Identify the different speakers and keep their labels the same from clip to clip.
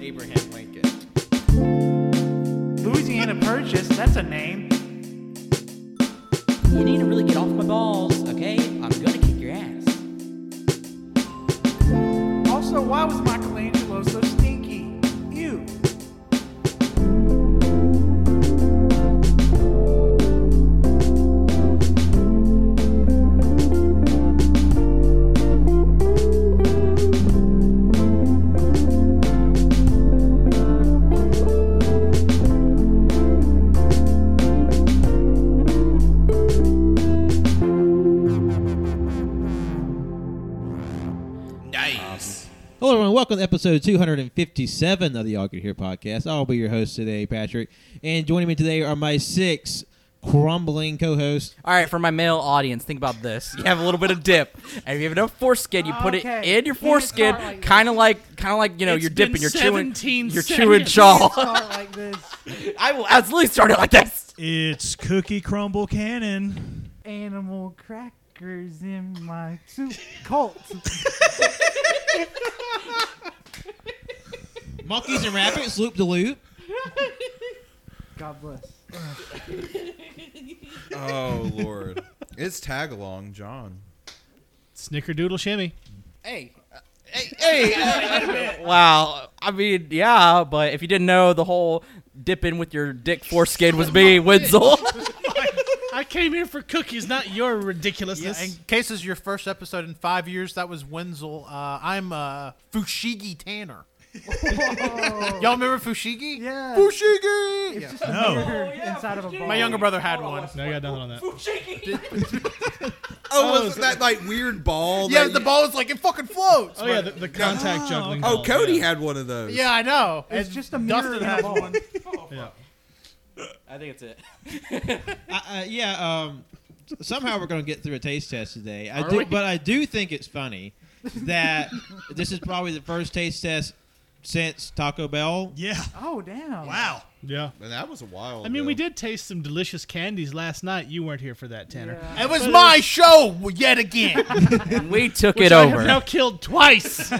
Speaker 1: Abraham Lincoln.
Speaker 2: Louisiana Purchase, that's a name.
Speaker 1: You need to really get off my balls, okay? I'm gonna kick your ass.
Speaker 2: Also, why was Michelangelo so stinky? Ew.
Speaker 1: Nice.
Speaker 3: Hello, everyone. Welcome to episode 257 of the All Good Here podcast. I'll be your host today, Patrick. And joining me today are my six crumbling co hosts.
Speaker 4: All right, for my male audience, think about this. You have a little bit of dip, and if you have enough foreskin, you put
Speaker 2: Okay.
Speaker 4: it in
Speaker 2: You
Speaker 4: your
Speaker 2: can
Speaker 4: foreskin,
Speaker 2: start like this.
Speaker 4: kind of like, kind of like you know,
Speaker 5: It's
Speaker 4: you're
Speaker 5: been
Speaker 4: dipping, you're chewing,
Speaker 5: 17
Speaker 4: you're chewing
Speaker 5: seconds.
Speaker 4: jaw.
Speaker 2: Start like this.
Speaker 4: I will absolutely start it like this.
Speaker 5: It's Cookie Crumble Cannon.
Speaker 2: Animal crackers in my soup. Colt.
Speaker 3: Monkeys and rabbits, loop de loop.
Speaker 2: God bless.
Speaker 6: Oh Lord, it's tag along, John.
Speaker 5: Snickerdoodle Shimmy.
Speaker 4: Hey, hey, wow. I mean, yeah, but if you didn't know, the whole dipping with your dick foreskin was me, Wenzel.
Speaker 5: I came here for cookies, not your
Speaker 7: Yeah, in
Speaker 5: ridiculousness.
Speaker 7: case this is your first episode in five years, that was Wenzel. Uh, I'm uh, Fushigi Tanner. Y'all remember Fushigi?
Speaker 2: Yeah.
Speaker 7: Fushigi! Yeah.
Speaker 5: no. Oh,
Speaker 2: You're inside of a ball.
Speaker 7: My younger brother had one.
Speaker 5: No, I got nothing on that.
Speaker 6: Oh,
Speaker 5: so-
Speaker 6: wasn't that like weird ball?
Speaker 7: Yeah,
Speaker 6: that
Speaker 7: the
Speaker 6: you-
Speaker 7: ball is like, it fucking floats.
Speaker 5: Oh, yeah, the, the contact juggling.
Speaker 6: Oh,
Speaker 5: ball,
Speaker 6: Cody
Speaker 5: yeah.
Speaker 6: had one of those.
Speaker 7: Yeah, I know.
Speaker 2: It's
Speaker 7: And
Speaker 2: just a mirror in
Speaker 7: Dustin
Speaker 2: a
Speaker 7: has
Speaker 2: ball.
Speaker 7: one.
Speaker 5: Yeah.
Speaker 4: I think it's it.
Speaker 3: I, I, yeah, um, somehow we're going to get through a taste test today. I do, But I do think it's funny that this is probably the first taste test since Taco Bell.
Speaker 5: Yeah.
Speaker 2: Oh, damn.
Speaker 5: Wow. Yeah.
Speaker 6: And that was a while.
Speaker 5: I mean,
Speaker 6: ago.
Speaker 5: we did taste some delicious candies last night. You weren't here for that, Tanner.
Speaker 2: Yeah.
Speaker 7: It was my show yet again.
Speaker 4: And we took
Speaker 5: Which
Speaker 4: it
Speaker 5: I have now
Speaker 4: over.
Speaker 5: killed twice.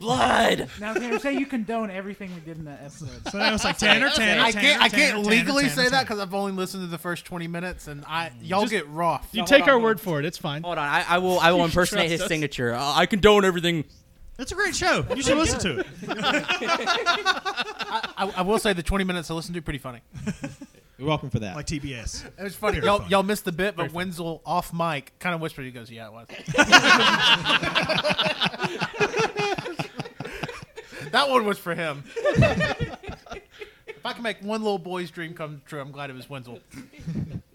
Speaker 4: Blood.
Speaker 2: Now, Tanner, say you condone everything we did in that episode.
Speaker 5: So I was like, Tanner, Tanner,
Speaker 7: I
Speaker 5: Tanner,
Speaker 7: can't. I
Speaker 5: Tanner,
Speaker 7: can't
Speaker 5: Tanner,
Speaker 7: legally
Speaker 5: Tanner,
Speaker 7: say that
Speaker 5: Tanner. Mm.
Speaker 7: because I've only listened to the first twenty minutes, and I y'all
Speaker 5: Just-
Speaker 7: get rough.
Speaker 5: You
Speaker 2: No,
Speaker 5: take
Speaker 2: hold on,
Speaker 5: our
Speaker 2: hold
Speaker 5: word for it. It's fine.
Speaker 4: Hold on, I, I will. I will
Speaker 5: You
Speaker 4: impersonate
Speaker 5: trust
Speaker 4: his
Speaker 5: us.
Speaker 4: signature. Uh, I condone everything.
Speaker 5: It's a great show. You should listen to it.
Speaker 7: I, I will say the twenty minutes I listened to pretty funny.
Speaker 3: You're welcome for that.
Speaker 5: Like TBS.
Speaker 7: It was funny.
Speaker 5: Very
Speaker 7: Y'all,
Speaker 5: funny.
Speaker 7: y'all missed the bit, but Wenzel off mic kind of whispered. He goes, "Yeah, it was." that one was for him. if I can make one little boy's dream come true, I'm glad it was Wenzel.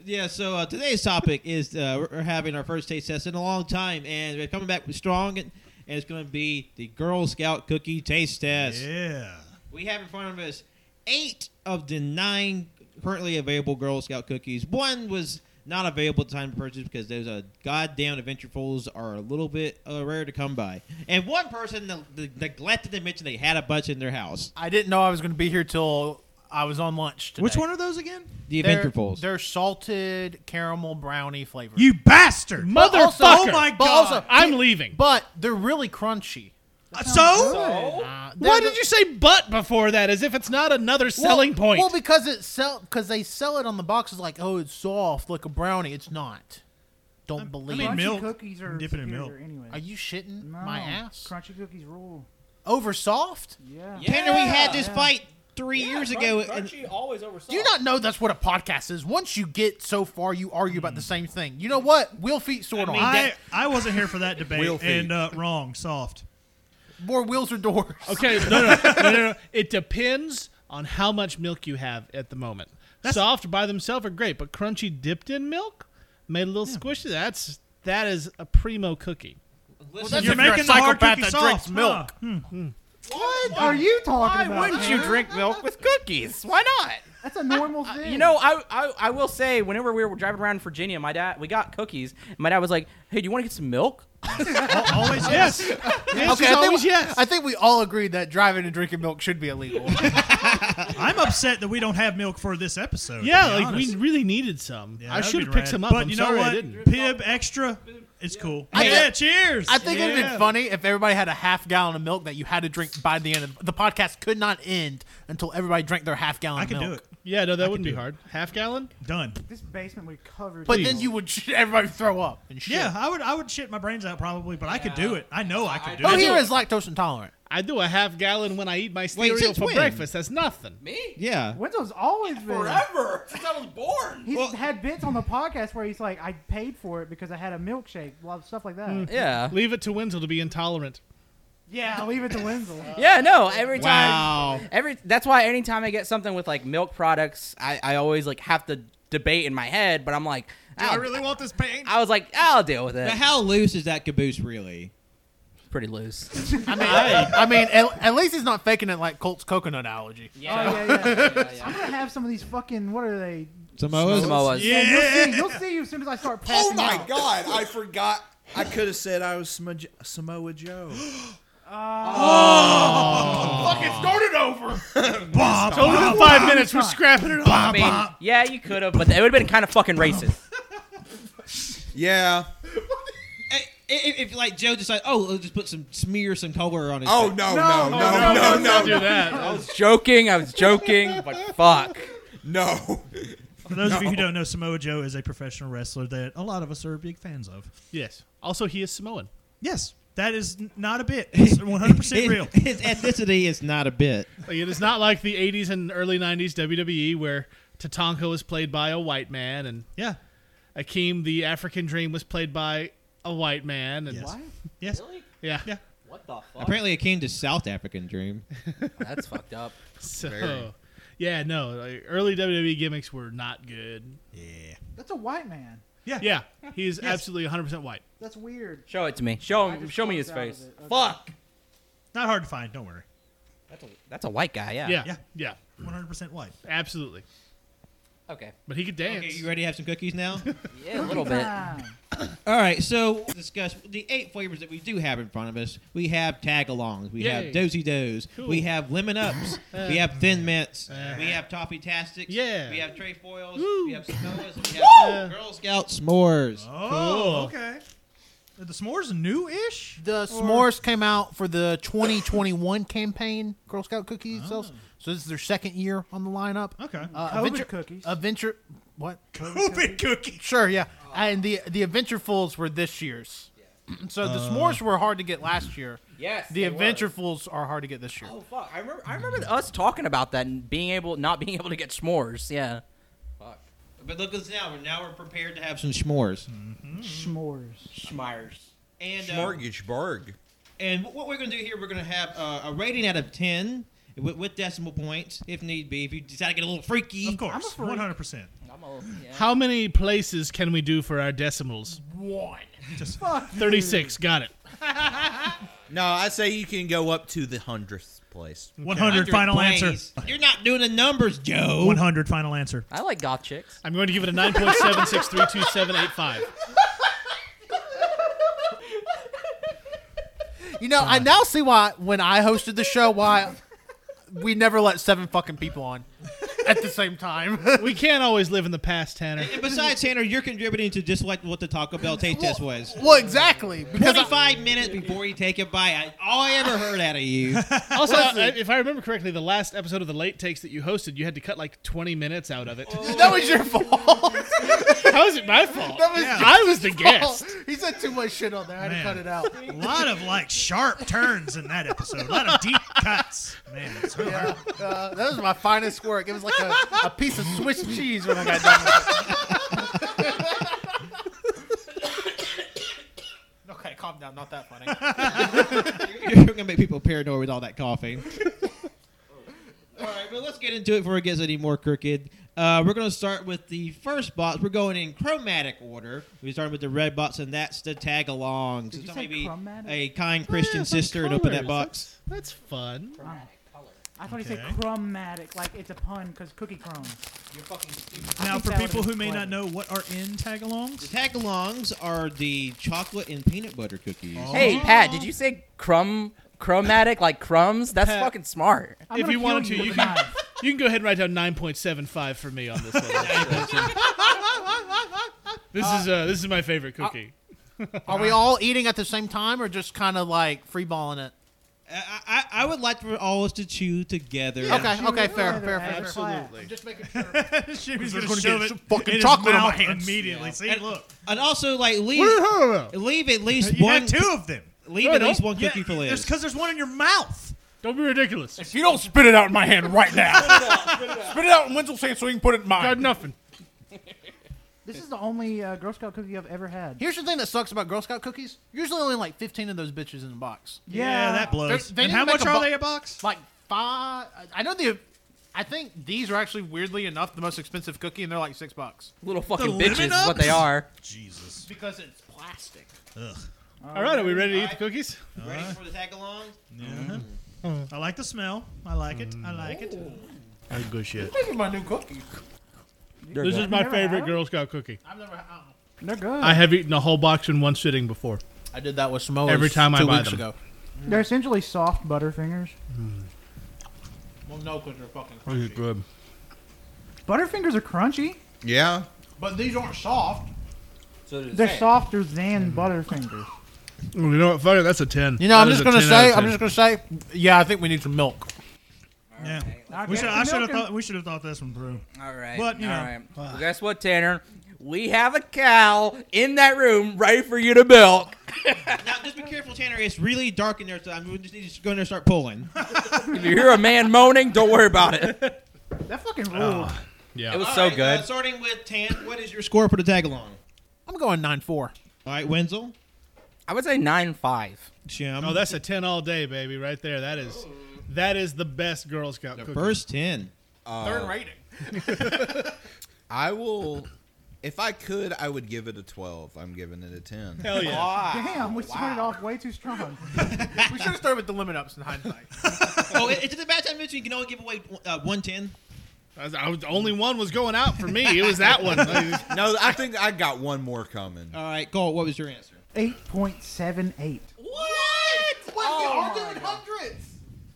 Speaker 3: Yeah, so uh, today's topic is uh, we're- we're having our first taste test in a long time, and we're coming back with strong, and, and it's going to be the Girl Scout Cookie Taste Test.
Speaker 5: Yeah.
Speaker 3: We have in front of us eight of the nine currently available Girl Scout cookies. One was not available at the time of purchase because those uh, goddamn adventure fools are a little bit uh, rare to come by. And one person neg- neg- neglected to mention they had a bunch in their house.
Speaker 7: I didn't know I was going to be here till I was on lunch. Today.
Speaker 5: Which one are those again?
Speaker 3: The
Speaker 7: They're-
Speaker 3: adventure fools.
Speaker 7: They're salted caramel brownie flavor.
Speaker 5: You bastard.
Speaker 7: But
Speaker 5: Motherfucker.
Speaker 7: also-
Speaker 5: oh my
Speaker 7: but
Speaker 5: god.
Speaker 7: also-
Speaker 5: I'm leaving.
Speaker 7: but they're really crunchy.
Speaker 5: so?
Speaker 7: Uh, they're-
Speaker 5: Why
Speaker 7: they're-
Speaker 5: did you say but before that as if it's not another
Speaker 7: Well-
Speaker 5: selling point?
Speaker 7: Well, because it sell because they sell it on the box as like, oh, it's soft like a brownie. It's not. Don't believe.
Speaker 2: Crunchy
Speaker 7: me.
Speaker 5: milk.
Speaker 2: cookies are
Speaker 5: Dip it in
Speaker 2: superior
Speaker 5: milk.
Speaker 2: anyway.
Speaker 7: Are you shitting
Speaker 2: No.
Speaker 7: my ass?
Speaker 2: Crunchy cookies rule.
Speaker 7: Over soft?
Speaker 2: Yeah.
Speaker 3: Tanner, we had this
Speaker 2: Yeah.
Speaker 3: fight three years ago. and
Speaker 4: always
Speaker 7: Do you not know that's what a podcast is? Once you get so far, you argue about the same thing. You know what? Will feet sword on.
Speaker 8: I, I wasn't here for that
Speaker 6: Wheel
Speaker 8: debate
Speaker 6: feet.
Speaker 8: and uh, wrong soft. Oh,
Speaker 7: More wheels or doors.
Speaker 5: Okay, no, no, no, no, no. It depends on how much milk you have at the moment. Soft by themselves are great, but crunchy dipped in milk, made a little squishy. That's that is a primo cookie.
Speaker 7: Well, that's
Speaker 8: You're
Speaker 7: if you're
Speaker 8: making
Speaker 7: a
Speaker 8: the hard
Speaker 7: psychopath
Speaker 8: cookie
Speaker 7: that
Speaker 8: soft,
Speaker 7: drinks
Speaker 8: huh?
Speaker 7: milk.
Speaker 2: What are you talking about?
Speaker 4: Wouldn't you
Speaker 2: Tanner?
Speaker 4: drink milk with cookies? Why not?
Speaker 2: That's a normal thing.
Speaker 4: You know, I, I I will say, whenever we were driving around in Virginia, my dad we got cookies. And my dad was like, "Hey, do you want to get some milk?"
Speaker 5: Always yes. yes
Speaker 7: Okay,
Speaker 5: is
Speaker 7: I
Speaker 5: always
Speaker 7: think,
Speaker 5: yes.
Speaker 7: I think we all agreed that driving and drinking milk should be illegal.
Speaker 8: I'm upset that we don't have milk for this episode. to
Speaker 5: yeah,
Speaker 8: be
Speaker 5: like
Speaker 8: honest.
Speaker 5: we really needed some.
Speaker 8: Yeah,
Speaker 5: I
Speaker 8: that'd
Speaker 5: should
Speaker 8: be
Speaker 5: have picked
Speaker 8: rad.
Speaker 5: some up.
Speaker 8: But
Speaker 5: I'm
Speaker 8: you know
Speaker 5: sorry
Speaker 8: what?
Speaker 5: I didn't.
Speaker 8: Pib extra. It's cool.
Speaker 7: I
Speaker 8: yeah,
Speaker 7: think-
Speaker 8: cheers.
Speaker 7: I think it'd
Speaker 8: Yeah.
Speaker 7: been funny if everybody had a half gallon of milk that you had to drink by the end of the podcast. Could not end until everybody drank their half gallon.
Speaker 8: I
Speaker 7: of
Speaker 8: could
Speaker 7: milk.
Speaker 8: do it.
Speaker 5: Yeah, no, that wouldn't be hard. Half gallon?
Speaker 8: Done.
Speaker 2: This basement we covered.
Speaker 7: But
Speaker 2: in-
Speaker 7: then you would everybody would throw up and shit.
Speaker 8: Yeah, I would. I would shit my brains out probably, but I could do it. I know I could do
Speaker 5: Oh,
Speaker 7: Who
Speaker 8: it.
Speaker 7: here Oh, is lactose intolerant?
Speaker 5: I do a half gallon when I eat my cereal
Speaker 3: since
Speaker 5: for
Speaker 3: when?
Speaker 5: breakfast. That's nothing.
Speaker 1: Me?
Speaker 3: Yeah.
Speaker 2: Winslow's always been.
Speaker 1: Forever since I was born.
Speaker 2: He's had bits on the podcast where he's like, I paid for it because I had a milkshake, a lot of stuff like that.
Speaker 4: Yeah.
Speaker 5: Leave it to Wenzel to be intolerant.
Speaker 2: Yeah, I'll leave it to Wenzel. Oh,
Speaker 4: Yeah, no, every time
Speaker 3: Wow.
Speaker 4: every that's why anytime I get something with like milk products, I, I always like have to debate in my head, but I'm like
Speaker 8: I
Speaker 4: I'll-
Speaker 8: really want this pain.
Speaker 4: I was like, I'll deal with it.
Speaker 3: Now, how loose is that caboose really?
Speaker 4: Pretty loose.
Speaker 7: I mean, I, mean, at, at least he's not faking it like Colt's coconut allergy.
Speaker 2: Oh, yeah, yeah. I'm going to have some of these fucking, what are they?
Speaker 3: Samoa's?
Speaker 4: Samoa's.
Speaker 2: And
Speaker 8: yeah.
Speaker 2: You'll see, you'll see as soon as I start passing
Speaker 6: Oh my
Speaker 2: out.
Speaker 6: god, I forgot. I could have said I was Samo- Samoa Joe.
Speaker 7: Oh.
Speaker 8: Oh. Bah, bah,
Speaker 5: Over
Speaker 8: bah,
Speaker 5: five minutes, we're scrapping it
Speaker 8: bah,
Speaker 5: off.
Speaker 4: I mean,
Speaker 8: bah.
Speaker 4: yeah, you could have, but it would have been kind of fucking racist.
Speaker 6: Yeah.
Speaker 3: If, if, like Joe just like, oh, let's just put some smear, some color on his.
Speaker 6: Oh no no no no no no.
Speaker 5: Do that.
Speaker 7: Oh,
Speaker 4: I was joking. I was joking, but fuck.
Speaker 8: For those of you who don't know, Samoa Joe is a professional wrestler that a lot of us are big fans of.
Speaker 5: Yes. Also, he is Samoan.
Speaker 8: Yes, that is n- not a bit. It's 100 percent real.
Speaker 3: His ethnicity is not a bit.
Speaker 5: Like, it is not like the 80s and early 90s WWE E where Tatanka was played by a white man and
Speaker 8: Yeah.
Speaker 5: Akeem the African Dream was played by a white man. And
Speaker 8: Yes. Yes.
Speaker 5: Yeah.
Speaker 8: Yeah.
Speaker 4: What the fuck?
Speaker 3: Apparently, it came to South African Dream.
Speaker 4: That's fucked up.
Speaker 5: So, yeah, no. Like, early WWE gimmicks were not good.
Speaker 2: That's a white man.
Speaker 5: Yeah. He's absolutely 100% white.
Speaker 2: That's weird.
Speaker 4: Show it to me. Show him.
Speaker 2: just
Speaker 4: Show me
Speaker 2: closed out
Speaker 4: his
Speaker 2: of
Speaker 4: face.
Speaker 2: it. Okay.
Speaker 4: Fuck.
Speaker 8: Not hard to find. Don't worry.
Speaker 4: That's a, that's a white guy. Yeah.
Speaker 5: Yeah. Yeah.
Speaker 8: Yeah. 100 percent white.
Speaker 5: Absolutely.
Speaker 4: Okay.
Speaker 5: But he could dance.
Speaker 3: Okay, you ready to have some cookies now?
Speaker 4: Yeah, a little bit.
Speaker 2: Ah.
Speaker 3: All right, so we'll discuss the eight flavors that we do have in front of us. We have tag-alongs, we
Speaker 5: Yay.
Speaker 3: have dozy does, we have lemon ups, we have thin mints, we have toffee tastics,
Speaker 5: Yeah.
Speaker 3: we have tray foils, we have Samoas, and we have Girl Scout s'mores.
Speaker 8: Oh, okay. Are the s'mores new-ish?
Speaker 7: The s'mores came out for the 2021 campaign Girl Scout cookies. sales. So this is their second year on the lineup.
Speaker 8: Okay.
Speaker 7: Uh,
Speaker 2: COVID
Speaker 7: Adventure-
Speaker 2: cookies.
Speaker 7: Adventure. What?
Speaker 8: COVID cookie.
Speaker 7: Sure, yeah. And the the Adventurefuls were this year's. So the
Speaker 5: Uh.
Speaker 7: s'mores were hard to get last year.
Speaker 4: Yes,
Speaker 7: The
Speaker 4: they were.
Speaker 7: Adventurefuls are hard to get this year.
Speaker 4: Oh fuck. I remember. I remember us talking about that and being able, not being able to get s'mores. Yeah.
Speaker 3: But look at us now. We're now we're prepared to have some s'mores.
Speaker 4: Mm.
Speaker 2: S'mores.
Speaker 4: Schmires.
Speaker 3: And uh,
Speaker 6: Smorgasbord.
Speaker 3: and what we're gonna do here, we're gonna have uh, a rating out of ten with, with decimal points, if need be. If you decide to get a little freaky,
Speaker 8: Of course. 100 percent.
Speaker 4: I'm a, yeah.
Speaker 5: How many places can we do for our decimals?
Speaker 7: One.
Speaker 2: Fuck.
Speaker 5: 36. Got it.
Speaker 6: No, I say you can go up to the hundredth place.
Speaker 8: 100 final answer.
Speaker 3: Please. You're not doing the numbers, Joe.
Speaker 8: 100 final answer.
Speaker 4: I like goth chicks.
Speaker 5: I'm going to give it a 9.76328785.
Speaker 7: You know, I now see why when I hosted the show why we never let seven fucking people on at the same time.
Speaker 5: We can't always live in the past, Tanner.
Speaker 3: And besides, Tanner, you're contributing to dislike what the Taco Bell taste test was.
Speaker 7: well, exactly. Because I,
Speaker 3: 25 minutes before you take a bite, I, all I ever heard out of you.
Speaker 5: Also, I, Uh, if I remember correctly, the last episode of the late takes that you hosted, you had to cut like 20 minutes out of it.
Speaker 7: that was your fault.
Speaker 5: How is it my fault?
Speaker 7: Oh. That was
Speaker 5: I was the guest.
Speaker 7: He said too much shit on there. I had to
Speaker 8: Man.
Speaker 7: cut it out.
Speaker 8: A lot of like sharp turns in that episode. A lot of deep cuts. Man, it's so hard.
Speaker 7: Uh, that was my finest work. It was like a, a piece of Swiss cheese when I got done. With it. okay, calm down. Not that funny.
Speaker 3: You're going to make people paranoid with all that coughing. all right, but let's get into it before it gets any more crooked. Uh, we're going to start with the first box. We're going in chromatic order. We're starting with the red box, and that's the tag along. So
Speaker 2: you
Speaker 3: somebody
Speaker 2: say
Speaker 3: be
Speaker 2: chromatic?
Speaker 3: a kind Christian
Speaker 5: Yeah, some
Speaker 3: sister and open that
Speaker 5: colors.
Speaker 3: box.
Speaker 5: That's, that's fun.
Speaker 2: I thought he said
Speaker 8: Okay.
Speaker 2: crumbmatic, like it's a pun because cookie crumbs.
Speaker 8: Now, for
Speaker 2: That
Speaker 8: people
Speaker 2: would
Speaker 8: who
Speaker 2: be
Speaker 8: may not
Speaker 2: clever.
Speaker 8: know what are in
Speaker 3: The
Speaker 8: tagalongs,
Speaker 3: tag alongs are the chocolate and peanut butter cookies.
Speaker 8: Oh.
Speaker 4: Hey, Pat, did you say crumb chromatic like crumbs? That's
Speaker 5: Pat.
Speaker 4: fucking smart.
Speaker 2: I'm
Speaker 5: If
Speaker 2: gonna
Speaker 5: you
Speaker 2: kill
Speaker 5: wanted to,
Speaker 2: with
Speaker 5: you
Speaker 2: a
Speaker 5: can-
Speaker 2: knife.
Speaker 5: You can go ahead and write down 9.75 for me on this one. this is uh, this is my favorite cookie.
Speaker 7: Are we all eating at the same time, or just kind of like freeballing it?
Speaker 3: I, I, I would like for all us to chew together.
Speaker 7: Okay, okay, fair, fair, fair, fair.
Speaker 2: Absolutely.
Speaker 7: Just making sure.
Speaker 8: she was
Speaker 7: We're
Speaker 8: going
Speaker 7: gonna
Speaker 8: to shove
Speaker 7: get
Speaker 8: it
Speaker 7: some fucking
Speaker 8: in his
Speaker 7: chocolate on my
Speaker 8: mouth
Speaker 7: hands.
Speaker 8: immediately. See, look,
Speaker 3: And also, like, leave leave at least
Speaker 8: you
Speaker 3: one
Speaker 8: had two of them.
Speaker 3: leave
Speaker 5: No,
Speaker 3: at
Speaker 5: no.
Speaker 3: least one cookie for
Speaker 8: It's
Speaker 3: Liz.
Speaker 8: because there's one in your mouth.
Speaker 5: Don't be ridiculous.
Speaker 7: If you don't spit it out in my hand right now, spit it out in Wenzel's hand so he can put it
Speaker 5: Got
Speaker 7: in mine.
Speaker 5: nothing.
Speaker 2: This is the only uh, Girl Scout cookie I've ever had.
Speaker 7: Here's the thing that sucks about Girl Scout cookies. Usually only like 15 of those bitches in a box.
Speaker 2: Yeah,
Speaker 8: that blows.
Speaker 7: They're- they
Speaker 8: and
Speaker 7: need to
Speaker 8: how
Speaker 7: make
Speaker 8: much
Speaker 7: a
Speaker 8: are
Speaker 7: bu-
Speaker 8: they a box?
Speaker 7: Like five. I know the. I think these are actually weirdly enough the most expensive cookie, and they're like six bucks
Speaker 4: Little fucking
Speaker 8: lemon
Speaker 4: bitches is what
Speaker 8: ups?
Speaker 4: they are.
Speaker 8: Jesus.
Speaker 7: because it's plastic.
Speaker 5: All right, are we ready to eat the cookies?
Speaker 3: Ready for the tag along?
Speaker 8: I like the smell. I like it. I like it.
Speaker 5: Good shit.
Speaker 7: This is my new cookie.
Speaker 4: They're
Speaker 5: This
Speaker 4: good.
Speaker 5: is my
Speaker 2: Never had
Speaker 5: favorite
Speaker 2: them.
Speaker 5: Girl Scout cookie.
Speaker 7: I've never. I,
Speaker 2: They're good.
Speaker 5: I have eaten a whole box in one sitting before.
Speaker 7: I did that with Samoa
Speaker 5: Every time I
Speaker 7: two
Speaker 5: buy
Speaker 7: weeks
Speaker 5: them.
Speaker 7: ago.
Speaker 2: They're essentially soft Butterfingers.
Speaker 7: Well, no, because they're fucking
Speaker 5: good.
Speaker 2: Butterfingers are crunchy.
Speaker 6: Yeah.
Speaker 7: But these aren't soft.
Speaker 1: So does
Speaker 2: They're
Speaker 1: that.
Speaker 2: softer than Butterfingers.
Speaker 5: You know what? Fuck it. That's a ten.
Speaker 7: You know, I'm
Speaker 5: That
Speaker 7: just
Speaker 5: is a
Speaker 7: gonna
Speaker 5: 10 out
Speaker 7: say.
Speaker 5: of
Speaker 7: I'm
Speaker 5: 10.
Speaker 7: just gonna say. Yeah, I think we need some milk.
Speaker 8: Yeah.
Speaker 2: I
Speaker 8: We
Speaker 2: guess
Speaker 8: should.
Speaker 2: the
Speaker 8: I should have
Speaker 2: milk and-
Speaker 8: thought. We should have thought this one through.
Speaker 4: All right.
Speaker 8: But, you know, uh.
Speaker 4: all right. Well, guess what, Tanner? We have a cow in that room ready for you to milk.
Speaker 3: Now, just be careful, Tanner. It's really dark in there, so I'm just, just going to start pulling.
Speaker 4: If you hear a man moaning, don't worry about it.
Speaker 2: That fucking
Speaker 8: Oh.
Speaker 2: ruled.
Speaker 5: Yeah.
Speaker 4: It was
Speaker 3: All
Speaker 4: so
Speaker 3: right,
Speaker 4: good.
Speaker 3: Uh, starting with Tan, what is your score for the tag along?
Speaker 7: I'm going nine four.
Speaker 3: All right, Wenzel.
Speaker 4: I would say nine five.
Speaker 3: Jim.
Speaker 5: Oh, that's a ten all day, baby, right there. That is, that is the best Girl Scout
Speaker 3: the
Speaker 5: cookie.
Speaker 3: first 10.
Speaker 7: Third rating.
Speaker 6: I will. If I could, I would give it a 12. I'm giving it a 10.
Speaker 5: Hell yeah!
Speaker 2: Damn, we started off way too strong.
Speaker 7: we should have started with the limit ups in hindsight.
Speaker 3: oh, it, it's a bad time, Mitch. You can only give away uh, 110.
Speaker 5: I was, I was- only one was going out for me. It was that one. Like,
Speaker 6: No, I think I got one more coming.
Speaker 3: All right, Cole, what was your answer?
Speaker 2: 8.78.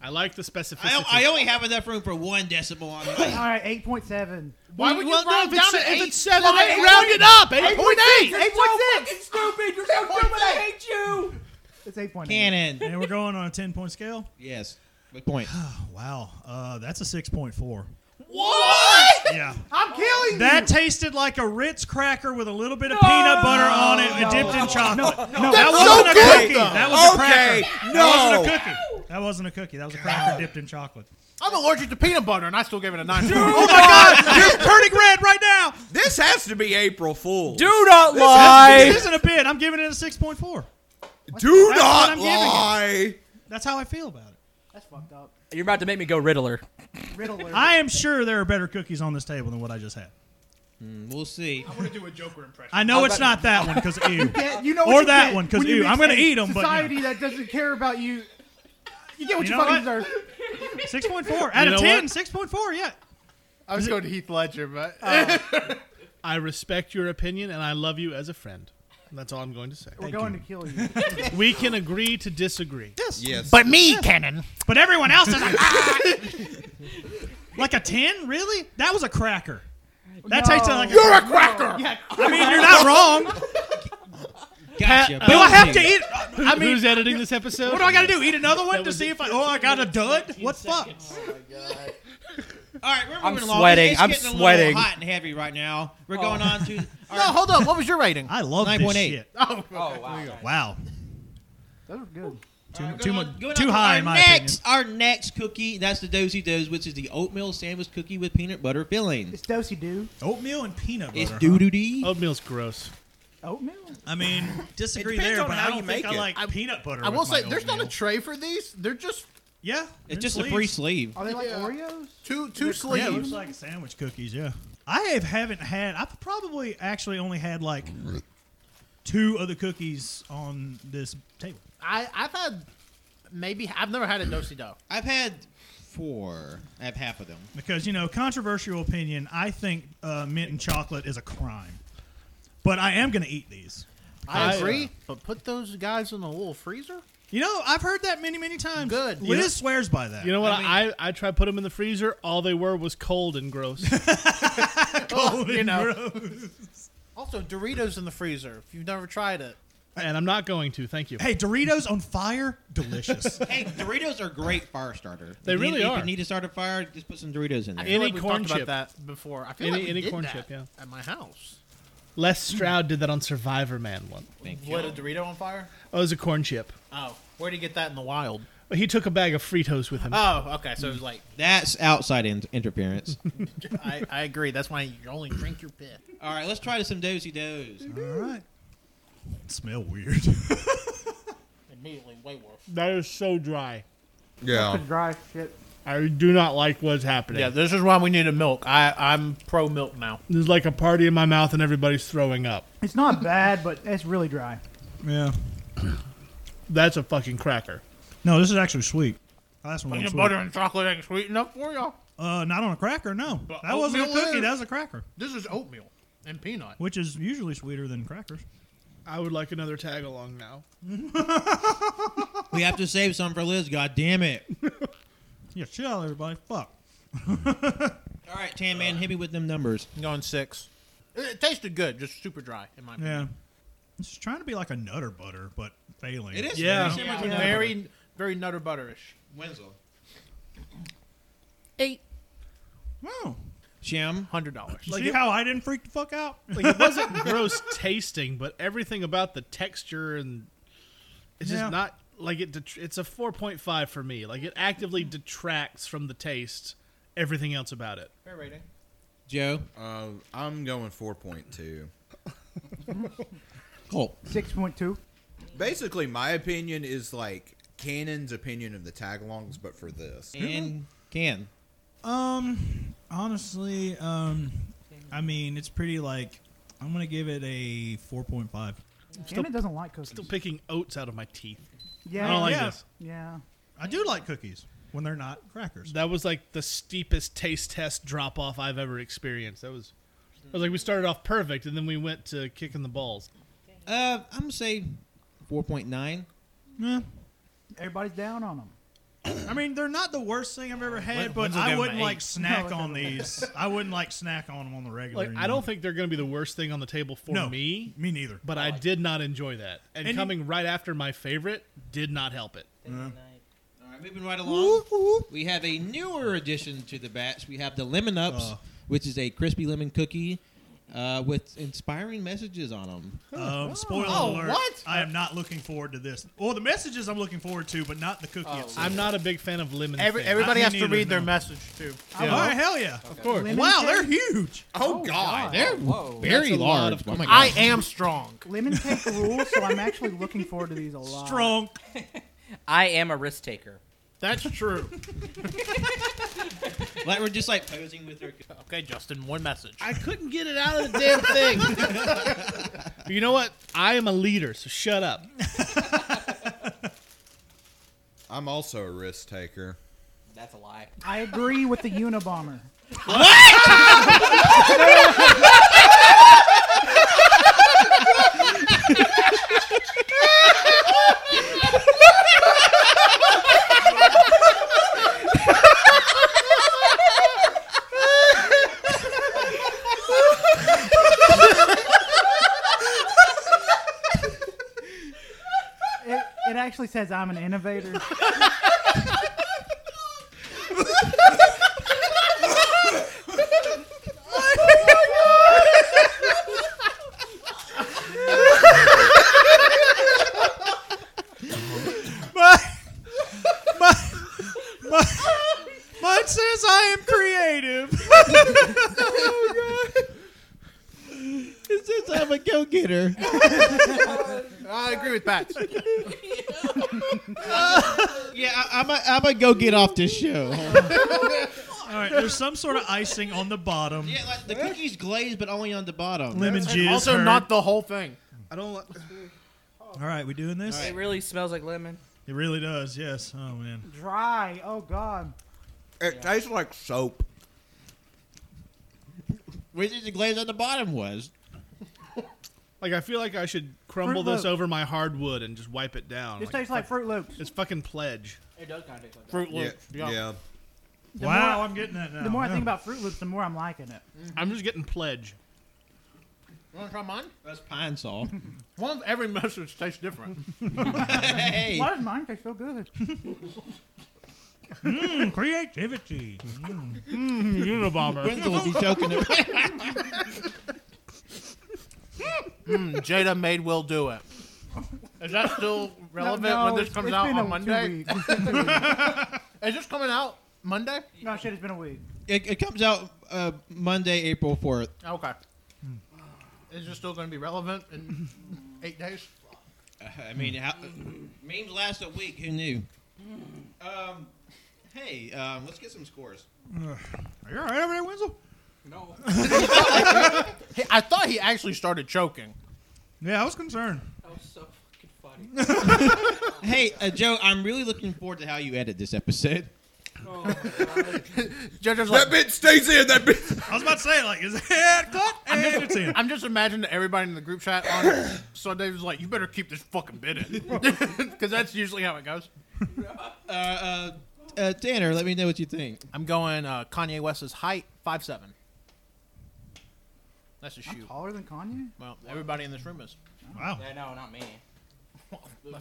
Speaker 5: I like the specificity.
Speaker 3: I, I only have enough room for one decimal on
Speaker 2: All
Speaker 3: it.
Speaker 2: right, 8.7.
Speaker 5: Why would you round
Speaker 7: down
Speaker 5: down
Speaker 7: to
Speaker 5: if
Speaker 7: eight?
Speaker 5: it's seven? eight, round it up. Eight point eight.
Speaker 4: stupid. You're so stupid. I hate you.
Speaker 2: It's 8.8.
Speaker 3: Cannon.
Speaker 8: And we're going on a ten point scale.
Speaker 3: yes. Good point.
Speaker 8: Oh, wow. Uh, that's a six point four.
Speaker 4: What?
Speaker 8: Yeah.
Speaker 2: I'm killing
Speaker 8: That tasted like a Ritz cracker with a little bit of peanut butter on it and dipped in chocolate.
Speaker 2: you. No,
Speaker 8: that
Speaker 2: that
Speaker 8: wasn't a
Speaker 6: good,
Speaker 8: cookie.
Speaker 6: though.
Speaker 8: That was a
Speaker 6: Okay, no.
Speaker 8: cracker. That wasn't a cookie. That wasn't a cookie. That was a cracker dipped in chocolate.
Speaker 7: I'm allergic to peanut butter, and I still gave it a nine.
Speaker 8: Oh my God! You're turning red right now.
Speaker 6: This has to be April Fool's.
Speaker 4: Do not
Speaker 8: This
Speaker 4: lie.
Speaker 8: isn't a bid. I'm giving it a six point four.
Speaker 6: Do
Speaker 8: That's what
Speaker 6: not
Speaker 8: I'm giving
Speaker 6: lie.
Speaker 8: it. That's how I feel about it.
Speaker 2: That's fucked up.
Speaker 4: You're about to make me go Riddler.
Speaker 2: Riddler.
Speaker 8: I am sure there are better cookies on this table than what I just had.
Speaker 3: We'll see.
Speaker 7: I'm gonna do a Joker impression.
Speaker 8: I know it's not that one because ew.
Speaker 2: Yeah, you know
Speaker 8: Or
Speaker 2: what you
Speaker 8: that
Speaker 2: get
Speaker 8: one, 'cause
Speaker 2: when you
Speaker 8: ew, I'm
Speaker 2: mix
Speaker 8: gonna
Speaker 2: a
Speaker 8: eat 'em, but, you know.
Speaker 2: Society that doesn't care about you. You get what
Speaker 8: You
Speaker 2: you,
Speaker 8: know
Speaker 2: fucking deserve.
Speaker 8: Six point four out
Speaker 5: know
Speaker 8: of
Speaker 5: what?
Speaker 8: ten. Six point four. Yeah.
Speaker 7: I was going to Heath Ledger, but
Speaker 5: I respect your opinion, and I love you as a friend. That's all I'm going to say.
Speaker 2: We're going to kill you.
Speaker 5: We can agree to disagree.
Speaker 6: Yes.
Speaker 7: but me, Cannon.
Speaker 8: But everyone else is like, ah! like a ten. Really? That was a cracker. That
Speaker 2: No.
Speaker 8: tasted like a
Speaker 7: You're a cracker.
Speaker 8: I mean, you're not wrong.
Speaker 3: Gotcha.
Speaker 8: Do I have to
Speaker 3: penalty.
Speaker 8: eat?
Speaker 5: Who-
Speaker 8: I mean,
Speaker 5: who's editing this episode?
Speaker 8: what do I got to do? Eat another one to see if I? Oh, I got a dud. What fuck?
Speaker 3: All right, we're moving
Speaker 4: I'm
Speaker 3: along.
Speaker 4: sweating.
Speaker 3: It's
Speaker 4: I'm
Speaker 3: getting A
Speaker 4: sweating.
Speaker 3: little hot and heavy right now. We're going on to. All
Speaker 7: No,
Speaker 3: right,
Speaker 7: hold up. What was your rating?
Speaker 8: I love this
Speaker 3: 9.8.
Speaker 8: shit.
Speaker 7: Oh,
Speaker 8: Wow.
Speaker 2: Those are good.
Speaker 8: Too,
Speaker 3: we're
Speaker 8: too,
Speaker 3: going
Speaker 8: mu-
Speaker 3: on- going
Speaker 8: too
Speaker 3: on to
Speaker 8: high
Speaker 3: our
Speaker 8: in my
Speaker 3: next, Our next cookie, that's the Dozy Doze, which is the oatmeal sandwich cookie with peanut butter filling.
Speaker 2: It's dosey do.
Speaker 8: opinion. Oatmeal and peanut
Speaker 3: It's
Speaker 8: butter.
Speaker 3: doo doo dee.
Speaker 5: Oatmeal's gross.
Speaker 2: Oatmeal?
Speaker 8: I mean, disagree
Speaker 6: It depends
Speaker 8: there,
Speaker 6: on
Speaker 8: but
Speaker 6: how
Speaker 8: I don't
Speaker 6: you
Speaker 8: think
Speaker 6: make
Speaker 8: I
Speaker 6: it.
Speaker 8: like peanut butter.
Speaker 7: I will
Speaker 8: with my
Speaker 7: say, there's not a
Speaker 8: oatmeal.
Speaker 7: tray for these. They're just
Speaker 8: yeah.
Speaker 3: It's
Speaker 8: in
Speaker 3: just a
Speaker 8: sleeves.
Speaker 3: free sleeve.
Speaker 2: Are they like
Speaker 7: Yeah.
Speaker 2: Oreos?
Speaker 7: two two
Speaker 8: Yeah, it looks
Speaker 7: sleeves.
Speaker 8: like sandwich cookies. Yeah. I have haven't had. I've probably actually only had like two other cookies on this table.
Speaker 7: I I've had maybe I've never had a dosi do.
Speaker 3: I've had four. I have half of them.
Speaker 8: because you know controversial opinion i think uh, mint and chocolate is a crime but i am going to eat these
Speaker 7: I
Speaker 5: I, uh,
Speaker 7: agree, but put those guys in a little freezer.
Speaker 8: you know i've heard that many many times
Speaker 7: Good.
Speaker 8: liz
Speaker 7: You know-
Speaker 8: swears by that
Speaker 5: You know what? I, I, tried to put them in the freezer. All they were was cold and gross.
Speaker 7: you know.
Speaker 8: Gross.
Speaker 7: Also, Doritos in the freezer. If you've never tried it,
Speaker 5: and I'm not going to. Thank you.
Speaker 8: Hey, Doritos on fire, delicious.
Speaker 3: Hey, Doritos are great fire starter.
Speaker 5: They
Speaker 3: If you
Speaker 5: really
Speaker 3: need- If
Speaker 5: are.
Speaker 3: you need to start a fire, just put some Doritos in
Speaker 7: I
Speaker 3: there.
Speaker 7: feel
Speaker 5: Any
Speaker 7: like we've
Speaker 5: corn
Speaker 7: talked
Speaker 5: chip.
Speaker 7: about that before. I feel
Speaker 5: Any-
Speaker 7: like we
Speaker 5: any
Speaker 7: did
Speaker 5: corn
Speaker 7: that
Speaker 5: chip, yeah.
Speaker 7: At my house.
Speaker 5: Les Stroud did that on Survivor Man once.
Speaker 7: Lit a Dorito on fire?
Speaker 5: Oh, it was a corn chip.
Speaker 7: Oh, where'd he get that in the wild?
Speaker 5: He took a bag of Fritos with him.
Speaker 7: Oh, okay. So it was like,
Speaker 3: That's outside in- interference.
Speaker 7: I, I agree. That's why you only drink your piss.
Speaker 3: All right, let's try to some dosey does.
Speaker 8: All right. Smell weird.
Speaker 7: Immediately, way worse.
Speaker 5: that is so dry.
Speaker 6: Yeah.
Speaker 2: Dry shit.
Speaker 5: I do not like what's happening.
Speaker 7: Yeah, this is why we need a milk. I, I'm pro milk now.
Speaker 5: There's like a party in my mouth and everybody's throwing up.
Speaker 2: It's not bad, but it's really dry.
Speaker 8: yeah.
Speaker 5: That's a fucking cracker.
Speaker 8: No, this is actually sweet. Last one was sweet.
Speaker 7: and chocolate ain't sweet enough for y'all.
Speaker 8: Uh, not on a cracker. No,
Speaker 7: But
Speaker 8: that wasn't a
Speaker 7: oatmeal
Speaker 8: cookie.
Speaker 7: is.
Speaker 8: That was a cracker,
Speaker 7: This is oatmeal and peanut.
Speaker 8: which is usually sweeter than crackers.
Speaker 5: I would like another tag along now.
Speaker 3: We have to save some for Liz. God damn it!
Speaker 8: Yeah, chill, out, everybody. Fuck.
Speaker 3: All right, Tan Man, hit me with them numbers.
Speaker 7: I'm going six. It, it tasted good, just super dry in my opinion.
Speaker 8: Yeah, it's trying to be like a nutter butter, but failing.
Speaker 3: It is
Speaker 5: Yeah.
Speaker 3: very similar to
Speaker 2: Yeah.
Speaker 7: Very, very nutter butterish.
Speaker 3: Wenzel.
Speaker 8: Wow.
Speaker 3: Shim.
Speaker 7: Hundred dollars.
Speaker 8: See how I didn't freak the fuck out?
Speaker 5: Like it wasn't gross tasting, but everything about the texture and it's
Speaker 8: Yeah.
Speaker 5: just not like it. Det- it's a four point five for me. Like it actively detracts from the taste. Everything else about it.
Speaker 7: Fair rating.
Speaker 3: Joe.
Speaker 6: Uh, I'm going 4.2.
Speaker 3: Colt.
Speaker 2: Six point two.
Speaker 6: Basically, my opinion is like Canon's opinion of the tagalongs, but for this.
Speaker 3: And Can.
Speaker 8: Um, honestly, um, I mean, it's pretty like I'm gonna give it a 4.5.
Speaker 2: And it doesn't like cookies.
Speaker 5: Still picking oats out of my teeth.
Speaker 2: yeah,
Speaker 5: I don't like
Speaker 8: yeah.
Speaker 5: this.
Speaker 2: yeah.
Speaker 8: I do like cookies when they're not crackers.
Speaker 5: That was like the steepest taste test drop off I've ever experienced. That was. It was like we started off perfect and then we went to kicking the balls.
Speaker 3: Uh, I'm gonna say 4.9.
Speaker 8: Yeah.
Speaker 2: Everybody's down on them.
Speaker 8: I mean, they're not the worst thing I've ever had, but
Speaker 7: when's it
Speaker 8: I
Speaker 7: gonna
Speaker 8: wouldn't
Speaker 7: make?
Speaker 8: like snack
Speaker 2: No,
Speaker 8: on these. I wouldn't like snack on them on the regular.
Speaker 5: Like
Speaker 8: you
Speaker 5: I
Speaker 8: know?
Speaker 5: don't think they're going to be the worst thing on the table for
Speaker 8: no
Speaker 5: me.
Speaker 8: Me neither.
Speaker 5: but I did not enjoy that. And,
Speaker 8: And you-
Speaker 5: coming right after my favorite did not help it.
Speaker 3: All right, moving right along. We have a newer addition to the batch. We have the Lemon Ups,
Speaker 8: Uh.
Speaker 3: which is a crispy lemon cookie uh, with inspiring messages on them.
Speaker 8: Um, spoiler
Speaker 7: Oh,
Speaker 8: alert.
Speaker 7: what?
Speaker 8: I am not looking forward to this. Well, the messages I'm looking forward to, but not the cookie itself.
Speaker 5: I'm not a big fan of lemon.
Speaker 7: Every,
Speaker 5: thin.
Speaker 7: everybody
Speaker 8: I-
Speaker 7: has
Speaker 8: me
Speaker 7: to
Speaker 8: neither,
Speaker 7: read their
Speaker 8: no.
Speaker 7: message too.
Speaker 8: All right, hell yeah.
Speaker 5: of course.
Speaker 2: Lemon
Speaker 8: Wow,
Speaker 2: cake?
Speaker 8: they're huge.
Speaker 6: Oh, God.
Speaker 3: They're
Speaker 1: Whoa.
Speaker 3: very
Speaker 5: That's a lot
Speaker 3: large.
Speaker 5: of
Speaker 3: oh my
Speaker 7: I
Speaker 3: gosh.
Speaker 7: am strong.
Speaker 2: Lemon cake rules, so I'm actually looking forward to these a lot.
Speaker 8: Strong.
Speaker 4: I am a risk taker.
Speaker 7: That's true.
Speaker 3: Like, we're just like posing with their.
Speaker 7: okay, Justin, one message.
Speaker 5: I couldn't get it out of the damn thing. But you know what? I am a leader, so shut up.
Speaker 6: I'm also a risk taker.
Speaker 1: That's a lie.
Speaker 2: I agree with the Unabomber. It, it actually says I'm an innovator.
Speaker 8: my, my, my, mine says I am creative.
Speaker 3: Since I'm a go getter.
Speaker 7: I agree with Pat.
Speaker 3: yeah, I, I'm a, I'm a go get off this show.
Speaker 8: All right, there's some sort of icing on the bottom.
Speaker 3: yeah, like the cookie's glazed, but only on the bottom.
Speaker 8: Lemon juice.
Speaker 7: also,
Speaker 8: hurt.
Speaker 7: not the whole thing.
Speaker 5: I don't. Like,
Speaker 8: All right, we doing this?
Speaker 4: It really smells like lemon.
Speaker 8: It really does. Yes. Oh man.
Speaker 2: Dry. Oh God.
Speaker 6: It tastes like soap.
Speaker 3: Where the glaze on the bottom was.
Speaker 5: like I feel like I should crumble
Speaker 2: Fruit
Speaker 5: this
Speaker 2: Loop.
Speaker 5: over my hardwood and just wipe it down.
Speaker 2: This
Speaker 5: Like,
Speaker 2: tastes like Fruit Loops.
Speaker 5: it's fucking pledge.
Speaker 1: It does kind of taste like that.
Speaker 7: Fruit Loop.
Speaker 6: Yeah.
Speaker 7: Yeah.
Speaker 6: yeah.
Speaker 2: The
Speaker 8: wow,
Speaker 2: more I-
Speaker 8: I'm getting that now.
Speaker 2: The more I
Speaker 8: Yeah.
Speaker 2: think about Fruit Loops, the more I'm liking it.
Speaker 5: I'm just getting pledge.
Speaker 7: You want to try mine?
Speaker 3: That's pine saw.
Speaker 7: One, every mustard tastes different.
Speaker 3: hey,
Speaker 2: Why does mine taste so good?
Speaker 8: Mm, creativity. Mm.
Speaker 3: Pringle will be choking it.
Speaker 7: Mm, Jada made Will do it. Is that still relevant
Speaker 2: No,
Speaker 7: when
Speaker 2: no,
Speaker 7: this
Speaker 2: it's-
Speaker 7: comes
Speaker 2: it's
Speaker 7: out
Speaker 2: been
Speaker 7: on
Speaker 2: a- Two
Speaker 7: Monday?
Speaker 2: weeks. It's been two weeks.
Speaker 7: Is this coming out Monday?
Speaker 2: no shit, it's been a week.
Speaker 3: it. It comes out uh, Monday, April fourth.
Speaker 7: Okay. Hmm. Is this still going to be relevant in eight days?
Speaker 3: Uh, I mean, how, memes last a week. Who knew? Um, hey, um, let's get some scores.
Speaker 8: Are you all right over there, Wenzel?
Speaker 7: He, I thought he actually started choking.
Speaker 8: Yeah, I was concerned.
Speaker 3: Hey, uh, Joe, I'm really looking forward to how you edit this episode.
Speaker 7: Judge
Speaker 6: That
Speaker 7: was like,
Speaker 6: bit stays in. That bit.
Speaker 8: I was about to say, like, is it cut? And it's in.
Speaker 7: I'm just imagining everybody in the group chat on Sunday was like, you better keep this fucking bit in. Because that's usually how it goes.
Speaker 3: Uh, uh, uh, Tanner, let me know what you think.
Speaker 7: I'm going uh, Kanye West's height, five seven. That's a
Speaker 2: I'm
Speaker 7: shoe.
Speaker 2: taller than Kanye.
Speaker 7: Well, everybody in this room is.
Speaker 8: Wow.
Speaker 1: Yeah, no, not me.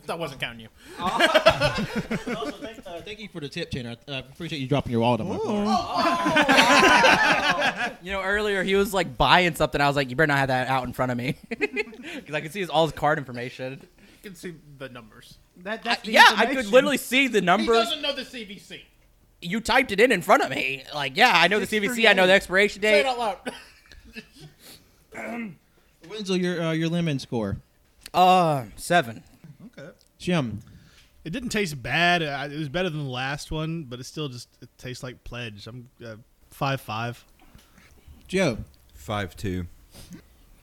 Speaker 7: That wasn't counting you.
Speaker 3: Also, thank, uh, thank you for the tip, Tanner. I uh, appreciate you dropping your wallet on my floor.
Speaker 4: You know, earlier he was like buying something. I was like, you better not have that out in front of me. Because I could see his, all his card information.
Speaker 7: You can see the numbers.
Speaker 2: That, that's the
Speaker 4: yeah, I could
Speaker 2: information.
Speaker 4: literally see the
Speaker 7: He
Speaker 4: numbers.
Speaker 7: doesn't know the CVC. Say
Speaker 4: You typed it in in front of me. Like, yeah, I know the
Speaker 2: Just for
Speaker 4: CVC. I know
Speaker 2: you.
Speaker 4: the expiration
Speaker 7: it
Speaker 4: date.
Speaker 7: out loud.
Speaker 3: Wenzel, your uh, your lemon score.
Speaker 4: Uh, seven.
Speaker 3: Jim,
Speaker 5: It didn't taste bad. Uh, It was better than the last one, but it still just it tastes like pledge. I'm uh, five five.
Speaker 3: Joe,
Speaker 6: Five two.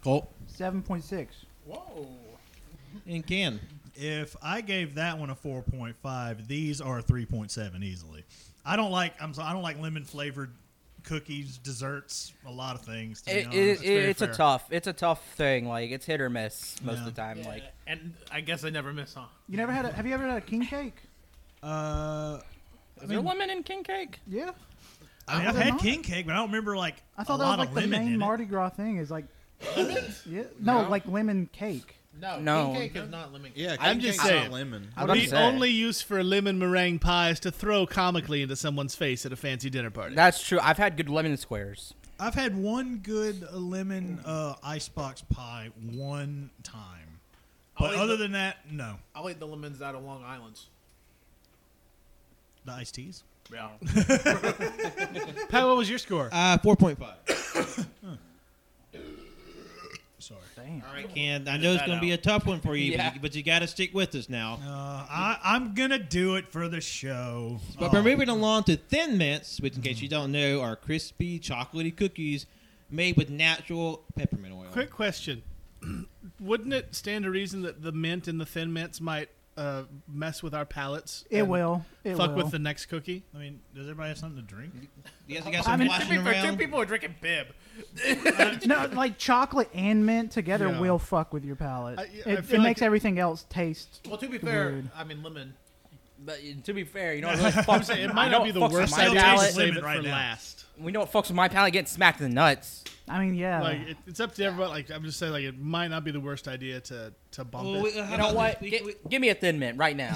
Speaker 3: Colt,
Speaker 2: seven point six.
Speaker 7: Whoa.
Speaker 3: and Can.
Speaker 8: If I gave that one a 4.5, these are 3.7 easily. I don't like I'm so, I don't like lemon flavored cookies, desserts, a lot of things. To be
Speaker 4: It,
Speaker 8: honest.
Speaker 4: it,
Speaker 8: very
Speaker 4: it's a
Speaker 8: fair.
Speaker 4: tough. It's a tough thing. Like, it's hit or miss most of the time. Like,
Speaker 7: and I guess I never miss, huh?
Speaker 2: You never had a? Have you ever had a king cake?
Speaker 8: Uh,
Speaker 4: is there lemon in king cake?
Speaker 2: Yeah,
Speaker 8: I mean, I've had king cake, but I don't remember like
Speaker 2: I thought
Speaker 8: a
Speaker 2: that was
Speaker 8: lot
Speaker 2: like
Speaker 8: of
Speaker 2: the
Speaker 8: lemon in
Speaker 2: main
Speaker 8: it.
Speaker 2: Mardi Gras thing. Is like, yeah, no, like lemon cake.
Speaker 7: No.
Speaker 4: No.
Speaker 7: King cake is not lemon cake.
Speaker 6: Yeah,
Speaker 5: I'm
Speaker 6: King
Speaker 5: just
Speaker 6: James is
Speaker 5: saying.
Speaker 6: not lemon.
Speaker 4: I was about to
Speaker 5: The
Speaker 4: say.
Speaker 5: only use for a lemon meringue pie is to throw comically into someone's face at a fancy dinner party.
Speaker 4: That's true. I've had good lemon squares.
Speaker 8: I've had one good lemon uh, icebox pie one time, but
Speaker 7: Always
Speaker 8: other
Speaker 7: the-
Speaker 8: than that, no.
Speaker 7: I'll eat the lemons out of Long Island's.
Speaker 8: The iced teas.
Speaker 7: Yeah.
Speaker 5: Pat, what was your score?
Speaker 3: Uh, 4.5.
Speaker 8: Sorry.
Speaker 2: Damn.
Speaker 3: All right, Can. I know it's
Speaker 7: that
Speaker 3: going to be a tough one for you,
Speaker 4: Yeah.
Speaker 3: but you, but you got to stick with us now.
Speaker 8: Uh, I, I'm gonna do it for the show.
Speaker 3: But we're moving along to Thin Mints, which, in case you don't know, are crispy, chocolatey cookies made with natural peppermint oil.
Speaker 5: Quick question. Wouldn't it stand to reason that the mint and the thin mints might uh, mess with our palates?
Speaker 2: It
Speaker 5: and
Speaker 2: will. It
Speaker 5: fuck
Speaker 2: will.
Speaker 5: with the next cookie?
Speaker 8: Oh, I mean, does everybody have something to drink?
Speaker 3: You guys got
Speaker 2: I
Speaker 3: some
Speaker 2: mean,
Speaker 3: washing around?
Speaker 7: people are drinking bib.
Speaker 2: no, like chocolate and mint together
Speaker 5: Yeah.
Speaker 2: will fuck with your palate.
Speaker 5: I- I
Speaker 2: it
Speaker 5: feel
Speaker 2: it
Speaker 5: like
Speaker 2: makes
Speaker 5: it-
Speaker 2: everything else taste.
Speaker 7: Well, to be fair,
Speaker 2: Weird.
Speaker 7: I mean lemon.
Speaker 4: But uh, to be fair, you know what really fucks.
Speaker 5: It
Speaker 4: you
Speaker 5: might
Speaker 4: know
Speaker 5: not
Speaker 4: what
Speaker 5: be the
Speaker 4: fucks with
Speaker 5: worst
Speaker 4: My
Speaker 5: idea
Speaker 8: idea.
Speaker 5: to
Speaker 8: palate-
Speaker 5: save it
Speaker 8: Lemon right
Speaker 5: for
Speaker 8: now.
Speaker 5: last.
Speaker 4: We know what fucks with my palate. Getting smacked in the nuts.
Speaker 2: I mean, yeah.
Speaker 5: Like it, it's up to everybody. Like I'm just saying, like it might not be the worst idea to to bump
Speaker 3: Well, we-
Speaker 5: it.
Speaker 3: how
Speaker 4: You know
Speaker 3: about
Speaker 4: what?
Speaker 3: we-
Speaker 4: Gi-
Speaker 3: we-
Speaker 4: give me a thin mint right now.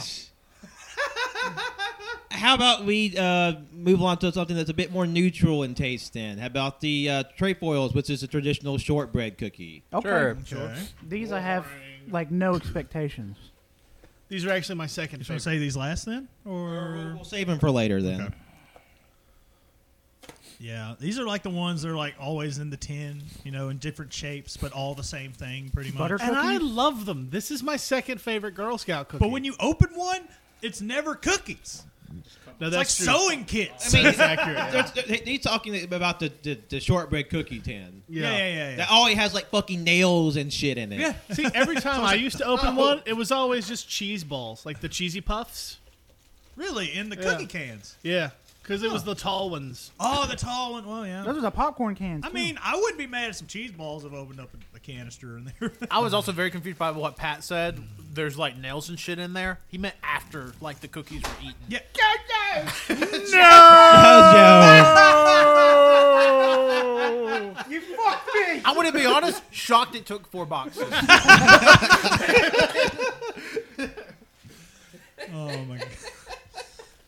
Speaker 3: How about we uh, move on to something that's a bit more neutral in taste? Then, how about the uh, trefoils, which is a traditional shortbread cookie?
Speaker 2: okay.
Speaker 4: Sure.
Speaker 8: Okay.
Speaker 2: These I have like no expectations.
Speaker 5: These are actually my second
Speaker 8: Should I
Speaker 5: favorite.
Speaker 8: say these last then,
Speaker 3: We'll
Speaker 8: or
Speaker 3: we'll save them for later then.
Speaker 8: Okay. yeah, these are like the ones that are like always in the tin, you know, in different shapes, but all the same thing, pretty much.
Speaker 2: Butter-
Speaker 5: and I
Speaker 2: Cookies?
Speaker 5: love them. This is my second favorite Girl Scout cookie.
Speaker 8: But when you open one, it's never cookies.
Speaker 5: no,
Speaker 8: It's like
Speaker 5: that's true.
Speaker 8: sewing
Speaker 3: I
Speaker 8: kits.
Speaker 3: mean,
Speaker 5: That's accurate. yeah.
Speaker 3: they're- they're- he's talking about the, the, the shortbread cookie tin.
Speaker 8: yeah, yeah, yeah. yeah.
Speaker 3: That always has like fucking nails and shit in it.
Speaker 8: Yeah.
Speaker 5: See, every time I used to open one, it was always just cheese balls, like the cheesy puffs.
Speaker 8: Really, in the
Speaker 5: Yeah.
Speaker 8: cookie cans.
Speaker 5: Yeah, because it was the tall ones.
Speaker 8: Oh, the tall one. Well,
Speaker 2: Those
Speaker 8: yeah.
Speaker 2: are the popcorn cans.
Speaker 8: I
Speaker 2: too.
Speaker 8: mean, I wouldn't be mad at some cheese balls if I opened up a, a canister in there.
Speaker 7: I was also very confused by what Pat said. There's like nails and shit in there. He meant after like the cookies were eaten.
Speaker 8: yeah.
Speaker 3: Oh, Joe.
Speaker 2: you fucked me. me.
Speaker 7: I'm gonna be honest. Shocked it took four boxes.
Speaker 8: Oh my god.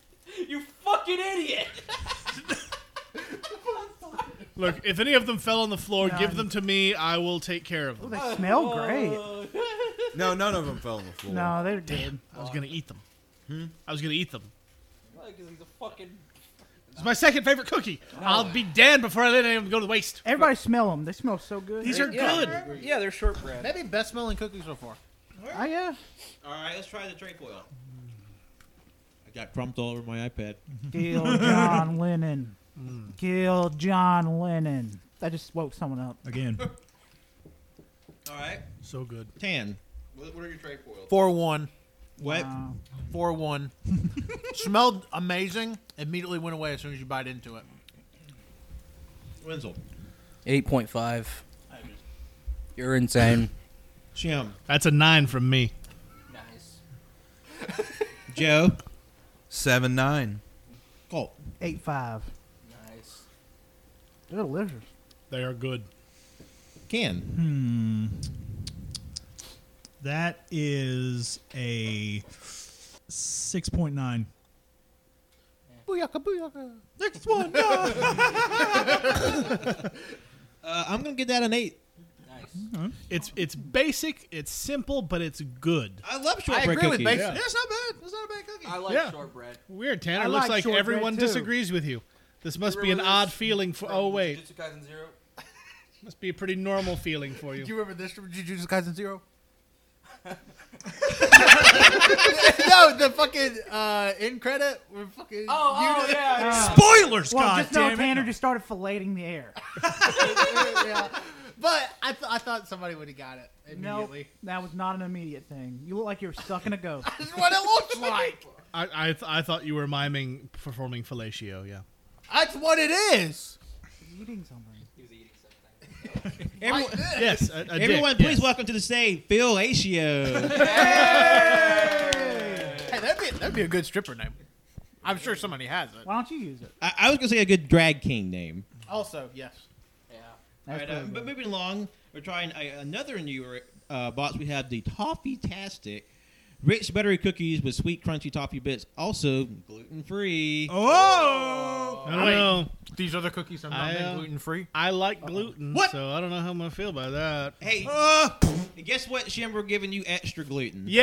Speaker 4: You fucking idiot!
Speaker 5: Look, if any of them fell on the floor,
Speaker 2: Yeah,
Speaker 5: give
Speaker 2: I'm-
Speaker 5: them to me. I will take care of them.
Speaker 2: They smell great.
Speaker 6: No, none of them fell on the floor.
Speaker 2: No, they're good.
Speaker 5: I was gonna eat them.
Speaker 7: Hmm?
Speaker 5: I was gonna eat them.
Speaker 4: Because he's a fucking.
Speaker 5: It's my second favorite cookie. I'll be damned before I let any of them go to waste.
Speaker 2: Everybody smell them. They smell so good.
Speaker 5: These are good.
Speaker 4: Yeah, they're shortbread.
Speaker 7: Maybe best smelling cookies so far.
Speaker 2: I Oh, yeah.
Speaker 3: All right, let's try the drink oil. I got crumbs all over my iPad.
Speaker 2: Kill John Lennon. Kill John Lennon. That just woke someone up.
Speaker 8: Again.
Speaker 3: All right,
Speaker 5: So good.
Speaker 3: tan. What, what are your drink oils?
Speaker 7: Four one.
Speaker 3: What?
Speaker 2: Wow.
Speaker 7: Four one. Smelled amazing. Immediately went away as soon as you bite into it.
Speaker 3: Wenzel.
Speaker 4: Eight point five. You're insane.
Speaker 3: Jim.
Speaker 5: That's a nine from me.
Speaker 4: nice.
Speaker 3: Joe.
Speaker 6: Seven nine.
Speaker 3: Colt.
Speaker 2: Eight five.
Speaker 4: Nice.
Speaker 2: They're delicious.
Speaker 5: They are good.
Speaker 3: Ken.
Speaker 8: Hmm. That is a six point nine.
Speaker 7: Booyaka booyaka.
Speaker 3: Next one. uh, I'm gonna get that an eight.
Speaker 4: Nice.
Speaker 5: It's it's basic. It's simple, but it's good.
Speaker 3: I love
Speaker 7: I
Speaker 3: shortbread
Speaker 7: agree
Speaker 3: cookies.
Speaker 7: with basic.
Speaker 5: Yeah.
Speaker 7: it's not bad. It's not a bad cookie.
Speaker 4: I like
Speaker 5: Yeah.
Speaker 4: shortbread.
Speaker 5: Weird, Tanner.
Speaker 2: I
Speaker 5: Looks
Speaker 2: like
Speaker 5: like
Speaker 2: shortbread,
Speaker 5: everyone
Speaker 2: too.
Speaker 5: disagrees with you. This must be an
Speaker 4: Remember
Speaker 5: odd
Speaker 4: this
Speaker 5: feeling for. Oh wait,
Speaker 4: Jujutsu Kaisen Zero.
Speaker 5: must be a pretty normal feeling for
Speaker 7: Do you
Speaker 5: you.
Speaker 7: remember this from Jujutsu Kaisen Zero? no, the fucking uh, end credit. We're fucking.
Speaker 4: Oh, oh yeah.
Speaker 8: Spoilers,
Speaker 2: Well,
Speaker 8: god
Speaker 2: just know
Speaker 8: damn
Speaker 2: Tanner
Speaker 8: it.
Speaker 2: just started filleting the air.
Speaker 7: yeah. But I, th- I thought somebody would have got it
Speaker 2: No,
Speaker 7: immediately.
Speaker 2: that was not an immediate thing. You look like you were sucking a ghost.
Speaker 7: That's what it looks like.
Speaker 5: I I, th- I thought you were miming performing fellatio. Yeah.
Speaker 7: That's what it is.
Speaker 2: eating something.
Speaker 4: He was eating something.
Speaker 7: Like
Speaker 3: Everyone,
Speaker 7: this.
Speaker 5: Yes. A, a dick,
Speaker 3: everyone
Speaker 5: yes.
Speaker 3: please welcome to the stage, Phil Acio.
Speaker 7: Hey, that'd be that'd be a good stripper name. I'm sure somebody has it.
Speaker 2: Why don't you use it?
Speaker 3: I, I was gonna say a good drag king name.
Speaker 7: Also, yes.
Speaker 4: Yeah.
Speaker 3: All
Speaker 2: That's
Speaker 3: right, uh,
Speaker 2: pretty
Speaker 3: but
Speaker 2: good.
Speaker 3: moving along, we're trying uh, another new uh, box. We have the Toffee Tastic Rich Buttery Cookies with Sweet Crunchy Toffee Bits, also gluten free.
Speaker 8: Oh,
Speaker 5: I don't know.
Speaker 7: These other cookies are
Speaker 5: I, uh,
Speaker 7: gluten free.
Speaker 5: I like gluten,
Speaker 3: What?
Speaker 5: so I don't know how I'm gonna feel about that.
Speaker 3: Hey,
Speaker 5: Oh.
Speaker 3: and guess what, Shim? We're giving you extra gluten.
Speaker 5: Yay!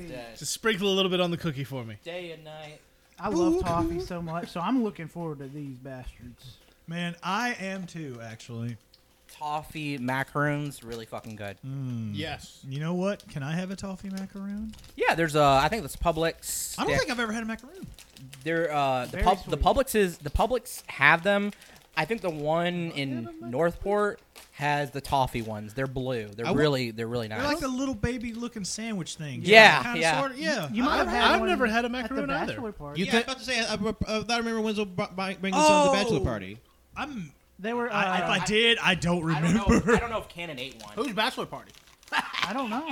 Speaker 2: Yay.
Speaker 4: Dead.
Speaker 5: Just sprinkle a little bit on the cookie for me.
Speaker 4: Day and night.
Speaker 2: I love toffee so much, so I'm looking forward to these bastards.
Speaker 8: man, I am too. Actually,
Speaker 4: Toffee macaroons, really fucking good.
Speaker 7: Yes.
Speaker 8: you know what? Can I have a toffee macaroon?
Speaker 4: Yeah, there's a. I think that's Publix.
Speaker 8: I don't
Speaker 4: Yeah.
Speaker 8: think I've ever had a macaroon.
Speaker 4: They're uh, the
Speaker 2: Very
Speaker 4: pub, the
Speaker 2: sweet.
Speaker 4: Publix is the Publix have them. I think the one in Northport has the toffee ones. They're blue. They're
Speaker 3: I wa-
Speaker 4: really they're really
Speaker 8: They're
Speaker 4: nice.
Speaker 8: like the little baby looking sandwich thing.
Speaker 4: Yeah,
Speaker 8: Kinda,
Speaker 4: yeah.
Speaker 8: sorta, yeah.
Speaker 2: You might
Speaker 5: I've-
Speaker 2: have had
Speaker 5: I've
Speaker 2: one
Speaker 5: never had a
Speaker 2: at
Speaker 5: macaroon
Speaker 2: the
Speaker 5: either.
Speaker 2: bachelor party.
Speaker 3: yeah, I was about to say, I, I, I thought I remember Wenzel br- br- bringing this on to the bachelor
Speaker 8: Oh.
Speaker 3: party.
Speaker 8: I'm.
Speaker 2: They were. Uh,
Speaker 8: I, if I
Speaker 2: I,
Speaker 8: did, I don't
Speaker 4: I
Speaker 8: remember.
Speaker 4: don't know. If, I don't know if Canon ate one.
Speaker 7: Who's bachelor party?
Speaker 2: don't know.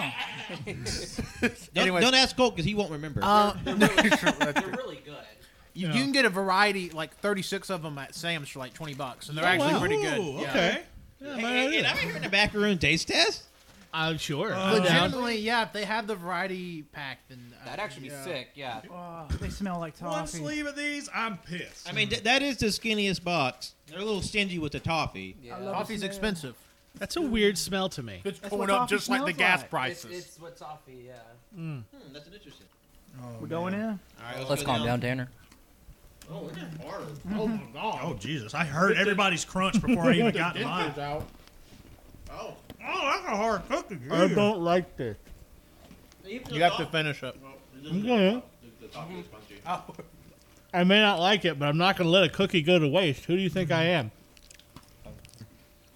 Speaker 3: Don't,
Speaker 7: Anyways. Uh,
Speaker 3: don't ask Colt because he won't remember.
Speaker 5: Uh,
Speaker 4: They're really good.
Speaker 7: You,
Speaker 5: Yeah.
Speaker 7: you can get a variety, like 36 of them at Sam's for like 20 bucks, and they're actually
Speaker 5: wow.
Speaker 7: pretty good.
Speaker 5: Ooh,
Speaker 7: Yeah.
Speaker 5: Okay. Yeah,
Speaker 3: Hey,
Speaker 5: might
Speaker 3: hey,
Speaker 5: do
Speaker 3: and
Speaker 5: that.
Speaker 3: I'm hearing a macaroon taste test.
Speaker 5: I'm sure.
Speaker 8: Uh,
Speaker 7: Legitimately, yeah. If they have the variety pack, then uh,
Speaker 4: That'd actually be
Speaker 7: yeah.
Speaker 4: sick. Yeah.
Speaker 2: Oh, they smell like toffee.
Speaker 8: One sleeve of these, I'm pissed.
Speaker 3: I mean, th- that is the skinniest box. They're a little stingy with the toffee.
Speaker 4: yeah.
Speaker 2: love
Speaker 7: Coffee's
Speaker 2: smell.
Speaker 7: expensive.
Speaker 5: That's a weird smell to me.
Speaker 7: It's
Speaker 2: going what up coffee just like the smells gas like.
Speaker 4: It's, it's what toffee. Yeah.
Speaker 3: Hmm, that's an interesting.
Speaker 8: Oh,
Speaker 2: We're going in.
Speaker 3: All right,
Speaker 4: Let's
Speaker 3: go
Speaker 4: calm down, Tanner.
Speaker 3: Oh, we're getting hard.
Speaker 7: Oh my god.
Speaker 8: Oh Jesus! I heard everybody's crunch before I even got
Speaker 7: Dent
Speaker 8: mine.
Speaker 7: is out.
Speaker 3: Oh,
Speaker 8: Oh, that's a hard cookie.
Speaker 5: like this.
Speaker 7: You have to finish it.
Speaker 5: Mhm. I may not like it, but I'm not going to let a cookie go to waste. Who do you think I am?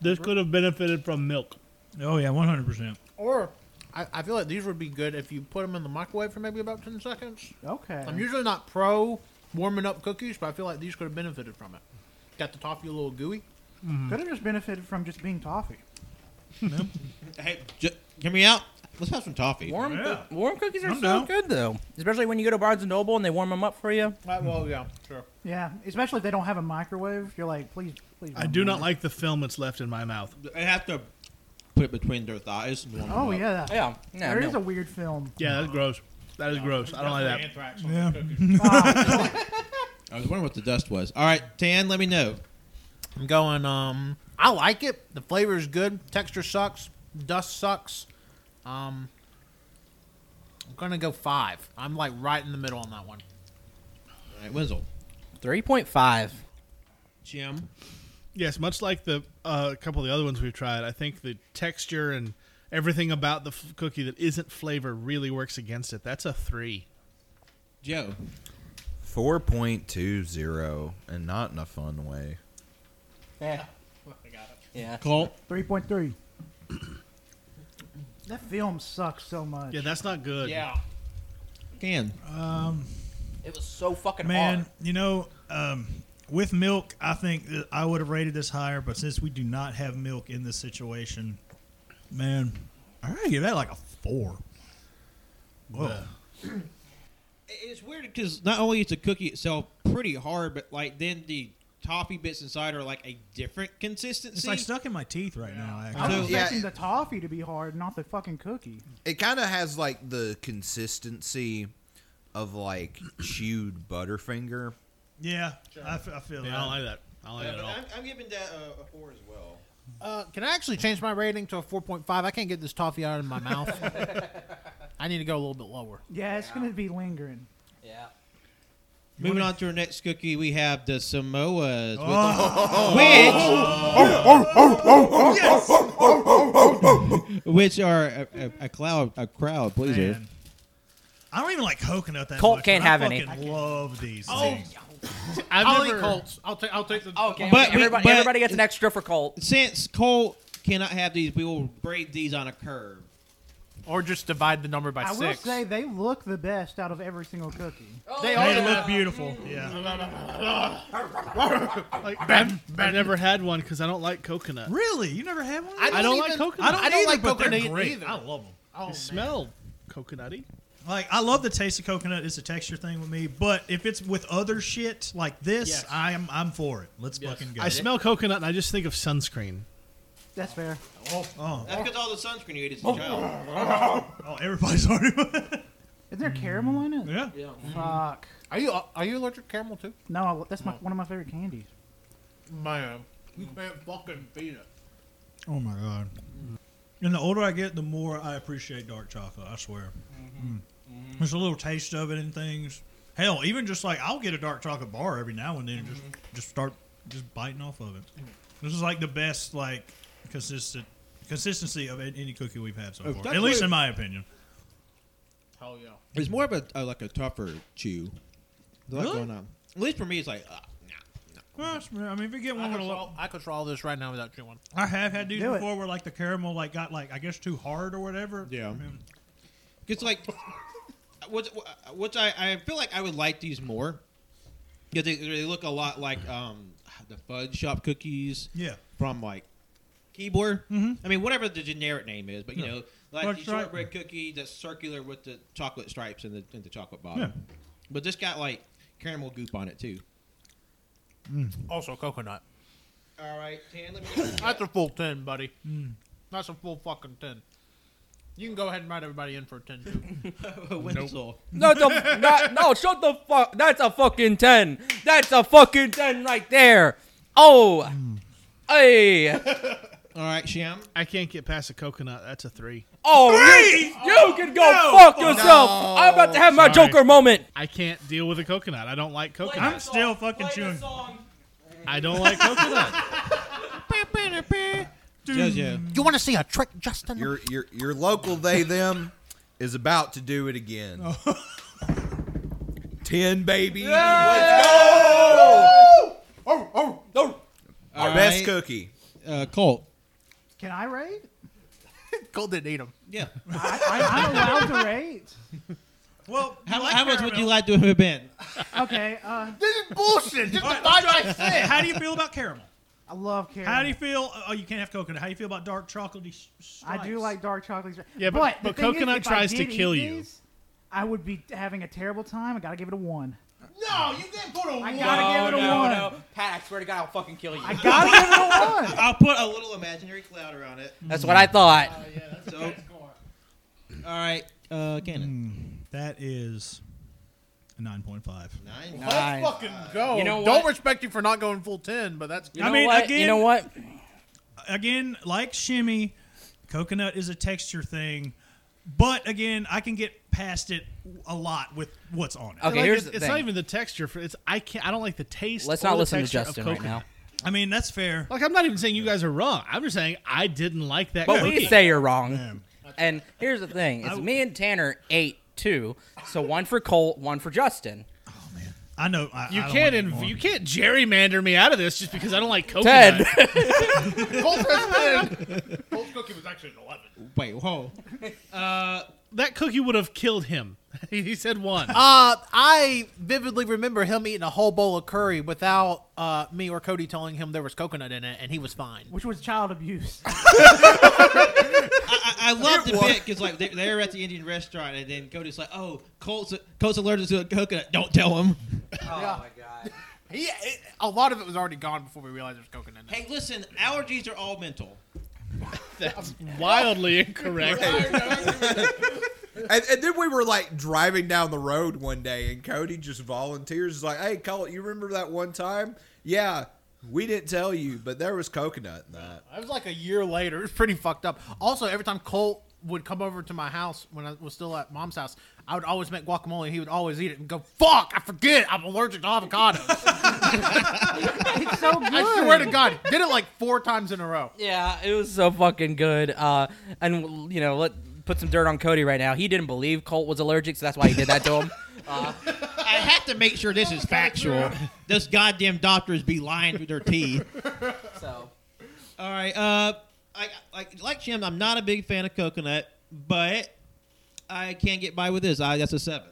Speaker 5: This could have benefited from milk.
Speaker 8: Oh yeah, one hundred percent.
Speaker 7: Or I, I feel like these would be good if you put them in the microwave for maybe about 10 seconds.
Speaker 2: Okay.
Speaker 7: I'm usually not pro warming up cookies, but I feel like these could have benefited from it. Got the toffee a little gooey.
Speaker 2: Could have just benefited from just being toffee.
Speaker 3: Hey, j- hear me out. Let's have some toffee.
Speaker 4: Warm
Speaker 8: Yeah.
Speaker 4: coo- warm cookies are
Speaker 8: I'm
Speaker 4: so
Speaker 8: down.
Speaker 4: good though, especially when you go to Barnes and Noble and they warm them up for you.
Speaker 7: well, yeah, sure.
Speaker 2: Yeah, especially if they don't have a microwave. You're like, please Please
Speaker 5: I
Speaker 2: don't
Speaker 5: do not
Speaker 2: mind.
Speaker 5: like the film that's left in my mouth.
Speaker 3: I have to put it between their thighs. and warm
Speaker 2: Oh
Speaker 3: them up.
Speaker 2: yeah, there is
Speaker 4: Yeah. No, no.
Speaker 2: a weird film.
Speaker 5: Yeah, that's gross. That is gross. I don't like that.
Speaker 8: Anthrax on
Speaker 2: Yeah.
Speaker 8: the cookies.
Speaker 3: I was wondering what the dust was. All right, Tan, let me know.
Speaker 7: I'm going. Um, I like it. The flavor is good. Texture sucks. Dust sucks. Um, I'm gonna go five. I'm like right in the middle on that one.
Speaker 3: All right, Wenzel,
Speaker 4: 3.5.
Speaker 3: Jim,
Speaker 5: Yes, much like the uh, couple of the other ones we've tried, I think the texture and everything about the f- cookie that isn't flavor really works against it. That's a three.
Speaker 3: Joe.
Speaker 6: Four point two zero, and not in a fun way.
Speaker 4: Yeah. Yeah.
Speaker 3: Colt.
Speaker 2: Three point three. That film sucks so much.
Speaker 5: Yeah, that's not good.
Speaker 3: Can.
Speaker 4: It was so fucking
Speaker 8: Man,
Speaker 4: hard.
Speaker 8: you know, um, with milk, I think that I would have rated this higher, but since we do not have milk in this situation, man, I gotta give that like a four. Whoa.
Speaker 3: It's weird because not only is the cookie itself pretty hard, but like then the toffee bits inside are like a different consistency.
Speaker 8: It's like stuck in my teeth right now.
Speaker 2: I
Speaker 8: Actually.
Speaker 2: was
Speaker 6: So- Yeah.
Speaker 2: expecting the toffee to be hard, not the fucking cookie.
Speaker 6: It kind of has like the consistency of like chewed Butterfinger.
Speaker 3: Oh.
Speaker 8: Yeah, I, f- I feel
Speaker 5: Yeah, I
Speaker 8: that.
Speaker 5: don't like that. I don't like
Speaker 3: Yeah,
Speaker 5: that
Speaker 3: but
Speaker 5: at all.
Speaker 3: I'm, I'm giving that a, a four as well.
Speaker 7: Uh, can I actually change my rating to a 4.5? I can't get this toffee out of my mouth. I need to go a little bit lower.
Speaker 2: Yeah, it's gonna be lingering.
Speaker 4: Yeah.
Speaker 3: Moving on to our next cookie, we have the Samoas, with-
Speaker 8: Oh.
Speaker 3: which which are a, a, a cloud a crowd pleaser.
Speaker 8: Man. I don't even like coconut that
Speaker 4: Colt
Speaker 8: much.
Speaker 4: can't
Speaker 8: but I
Speaker 4: have any.
Speaker 8: fucking love these things.
Speaker 5: I've
Speaker 7: I'll
Speaker 5: never-
Speaker 7: eat Colts. I'll, ta- I'll take the.
Speaker 4: Okay.
Speaker 3: But
Speaker 4: But
Speaker 3: we-
Speaker 4: everybody,
Speaker 3: but-
Speaker 4: everybody gets an extra for Colt.
Speaker 3: Since Colt cannot have these, we will braid these on a curve.
Speaker 7: Or just divide the number by
Speaker 2: I will
Speaker 7: six.
Speaker 2: say they look the best out of every single cookie.
Speaker 7: they
Speaker 8: They
Speaker 7: are.
Speaker 8: look beautiful. Yeah.
Speaker 5: Like, I've never had one because I don't like coconut.
Speaker 8: Really? You never had one?
Speaker 7: I
Speaker 5: I don't
Speaker 7: even-
Speaker 5: like coconut.
Speaker 7: I don't,
Speaker 5: I
Speaker 8: either,
Speaker 7: like
Speaker 8: but they're
Speaker 7: coconut
Speaker 8: great.
Speaker 7: either.
Speaker 8: I love them.
Speaker 7: Oh, man.
Speaker 5: It smelled coconutty.
Speaker 8: Like I love the taste of coconut. It's a texture thing with me. But if it's with other shit like this,
Speaker 5: Yes.
Speaker 8: I'm I'm for it. Let's fucking go.
Speaker 5: I smell coconut and I just think of sunscreen.
Speaker 2: That's fair.
Speaker 8: oh,
Speaker 3: That's because all the sunscreen you ate as a child.
Speaker 8: oh, everybody's already.
Speaker 2: Is there caramel in it?
Speaker 8: yeah.
Speaker 2: Fuck.
Speaker 7: Are you uh, are you allergic to caramel too?
Speaker 2: No, I, that's my, one of my favorite candies.
Speaker 7: Man, you can't fucking beat it.
Speaker 8: Oh my god. And the older I get, the more I appreciate dark chocolate. I swear.
Speaker 3: Mm-hmm.
Speaker 8: Mm. There's a little taste of it in things. Hell, even just like I'll get a dark chocolate bar every now and then, and just
Speaker 3: Mm-hmm.
Speaker 8: just start just biting off of it.
Speaker 3: Mm.
Speaker 8: This is like the best like consistent consistency of a- any cookie we've had so
Speaker 3: Oh,
Speaker 8: far,
Speaker 3: that's
Speaker 8: at least
Speaker 3: what-
Speaker 8: in my opinion.
Speaker 7: Hell yeah.
Speaker 3: It's more of a, a like a tougher chew. Like
Speaker 8: Really?
Speaker 3: going on. At least for me, it's like ah, nah.
Speaker 8: Well, that's- I mean, if you get
Speaker 7: I
Speaker 8: one with a
Speaker 7: control,
Speaker 8: little,
Speaker 7: I control all this right now without you one.
Speaker 8: I have had these
Speaker 2: Do it.
Speaker 8: before where like the caramel like got like I guess too hard or whatever.
Speaker 3: Yeah.
Speaker 8: I mean,
Speaker 3: It's like, what's, what's I, I feel like I would like these more because they, they look a lot like um, the fudge shop cookies
Speaker 8: yeah.
Speaker 3: from like Keebler. Mm-hmm. I mean, whatever the generic name is, but you know, like
Speaker 8: Fudge
Speaker 3: the
Speaker 8: stripe.
Speaker 3: shortbread cookie that's circular with the chocolate stripes and the, and the chocolate bottom.
Speaker 8: Yeah.
Speaker 3: But this got like caramel goop on it too.
Speaker 7: Also coconut.
Speaker 3: All right, Tan, let me.
Speaker 7: That's a full ten, buddy. That's a full fucking ten. You can go ahead and write everybody in for a ten. Too.
Speaker 3: Wenzel.
Speaker 4: No, the, not, no, shut the fuck. That's a fucking 10. That's a fucking 10 right there. Oh. Hey.
Speaker 3: All right, Sham.
Speaker 5: I can't get past a coconut. That's a three.
Speaker 4: Oh, you, you can go fuck yourself. I'm about to have my
Speaker 5: Sorry.
Speaker 4: Joker moment.
Speaker 5: I can't deal with a coconut. I don't like coconut.
Speaker 8: I'm still fucking chewing.
Speaker 5: I don't like coconut.
Speaker 3: JoJo.
Speaker 7: you want to see a trick, Justin?
Speaker 6: Your your your local they them is about to do it again.
Speaker 3: Oh.
Speaker 6: Ten baby,
Speaker 3: Oh, All
Speaker 6: best
Speaker 3: right,
Speaker 6: cookie.
Speaker 3: Uh, Colt.
Speaker 2: Can I rate?
Speaker 7: Cole didn't eat him.
Speaker 3: Yeah.
Speaker 2: I, I, I'm allowed to rate.
Speaker 8: Well, you
Speaker 3: How,
Speaker 8: like
Speaker 3: how much would
Speaker 8: caramel.
Speaker 3: you like to have been?
Speaker 2: Okay. Uh,
Speaker 7: This is bullshit. Just
Speaker 8: Alright,
Speaker 7: divide by six.
Speaker 8: How do you feel about caramel?
Speaker 2: I love caramel.
Speaker 8: How do you feel? Oh, you can't have coconut. How do you feel about dark chocolatey? s-
Speaker 2: I do
Speaker 8: stripes?
Speaker 2: like dark chocolate.
Speaker 5: Yeah, but-
Speaker 2: but, the
Speaker 5: but
Speaker 2: thing is,
Speaker 5: coconut
Speaker 2: if I
Speaker 5: tries to
Speaker 2: did eat
Speaker 5: kill you.
Speaker 2: these, I would be having a terrible time. I gotta give it a one.
Speaker 3: No, you can't put a
Speaker 2: I
Speaker 3: one.
Speaker 2: gotta give it a
Speaker 4: no,
Speaker 2: one.
Speaker 4: no. Pat, I swear to God, I'll fucking kill you.
Speaker 2: I gotta give it a one.
Speaker 3: I'll put a little imaginary cloud around it.
Speaker 4: That's what I thought.
Speaker 3: So, Mm. all right, uh, Cannon.
Speaker 8: That is a
Speaker 3: Nine.
Speaker 8: 9.5.
Speaker 4: Nice.
Speaker 7: Let's fucking go.
Speaker 4: You know
Speaker 7: Don't
Speaker 4: what?
Speaker 7: respect you for not going full 10, but that's
Speaker 4: You
Speaker 8: I
Speaker 4: know
Speaker 8: mean,
Speaker 4: what? you
Speaker 8: again-
Speaker 4: know what?
Speaker 8: Again, like shimmy, coconut is a texture thing. But again, I can get past it a lot with what's on it.
Speaker 4: Okay,
Speaker 5: Like,
Speaker 4: here's
Speaker 5: it's,
Speaker 4: the
Speaker 5: it's
Speaker 4: thing.
Speaker 5: not even the texture. For, it's I can't. I don't like the taste.
Speaker 4: Let's
Speaker 5: or
Speaker 4: not
Speaker 5: the
Speaker 4: listen to
Speaker 5: texture of
Speaker 4: Justin right
Speaker 5: coconut.
Speaker 4: now.
Speaker 8: I mean, that's fair.
Speaker 5: Like I'm not even saying you guys are wrong. I'm just saying I didn't like that.
Speaker 4: But
Speaker 5: cookie.
Speaker 4: we say you're wrong. And here's the thing: it's
Speaker 8: I-
Speaker 4: me and Tanner ate two, so one for Colt, one for Justin.
Speaker 8: I know. I,
Speaker 5: you
Speaker 8: I don't
Speaker 5: can't
Speaker 8: want
Speaker 5: inv-
Speaker 8: more.
Speaker 5: you can't gerrymander me out of this just because I don't like coconut.
Speaker 4: Ted,
Speaker 7: Colt's has been- Colt's cookie was actually an 11.
Speaker 3: Wait, whoa.
Speaker 5: That cookie would have killed him. he said one.
Speaker 7: Uh, I vividly remember him eating a whole bowl of curry without uh, me or Cody telling him there was coconut in it, and he was fine.
Speaker 2: Which was child abuse.
Speaker 3: I, I love the bit because like they're, they're at the Indian restaurant and then Cody's like, "Oh, Colt's Colt's allergic to a coconut. Don't tell him."
Speaker 7: He, it, a lot of it was already gone before we realized there was coconut in it.
Speaker 3: Hey, listen, allergies are all mental.
Speaker 5: That's wildly incorrect.
Speaker 6: And, and then we were like driving down the road one day, and Cody just volunteers. He's like, "Hey, Colt, you remember that one time? Yeah, we didn't tell you, but there was coconut in that."
Speaker 7: It was like a year later. It was pretty fucked up. Also, every time Colt would come over to my house when I was still at mom's house, I would always make guacamole. and He would always eat it and go, "Fuck, I forget. I'm allergic to avocados."
Speaker 2: It's so good.
Speaker 7: I swear to God, did it like four times in a row.
Speaker 4: yeah, it was so fucking good. Uh, and you know, let put some dirt on Cody right now. He didn't believe Colt was allergic, so that's why he did that to him.
Speaker 3: I have to make sure this is factual. Those goddamn doctors be lying through their teeth.
Speaker 4: So
Speaker 3: All right. Uh, I, like like Jim, I'm not a big fan of coconut, but I can't get by with this. I that's a seven.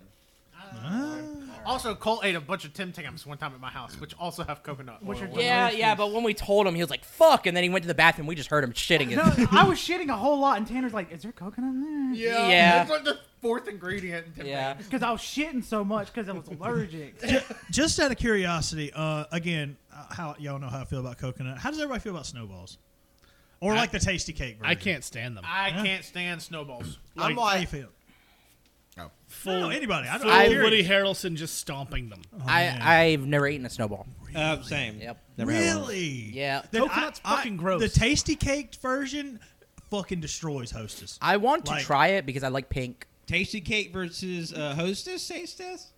Speaker 7: Also, Colt ate a bunch of Tim Tams one time at my house, which also have coconut. Which
Speaker 2: are
Speaker 4: yeah, yeah. But when we told him, he was like, "Fuck!" And then he went to the bathroom. We just heard him shitting
Speaker 2: No,
Speaker 4: it.
Speaker 2: I was shitting a whole lot, and Tanner's like, "Is there coconut in there?"
Speaker 4: Yeah. Yeah.
Speaker 7: It's like the fourth ingredient in Tim
Speaker 4: Yeah.
Speaker 2: Because I was shitting so much because I was allergic.
Speaker 8: Just out of curiosity, uh, again, uh, how y'all know how I feel about coconut. How does everybody feel about snowballs? Or like the tasty cake version?
Speaker 5: I can't stand them.
Speaker 7: I can't stand snowballs.
Speaker 8: Like,
Speaker 6: I'm like-
Speaker 8: how you feel?
Speaker 5: Full,
Speaker 8: No, anybody. I don't
Speaker 5: full
Speaker 8: I,
Speaker 5: Woody Harrelson just stomping them.
Speaker 7: Oh,
Speaker 8: man.
Speaker 4: I I've never eaten a snowball.
Speaker 3: Uh, same.
Speaker 4: Yep.
Speaker 3: Never had one.
Speaker 8: Really?
Speaker 4: Yeah.
Speaker 8: Then
Speaker 5: Coconut's fucking gross.
Speaker 8: The tasty cake version fucking destroys Hostess.
Speaker 4: I want to
Speaker 8: Like-
Speaker 4: try it because I like pink.
Speaker 3: Tasty cake versus uh, hostess. Taste test.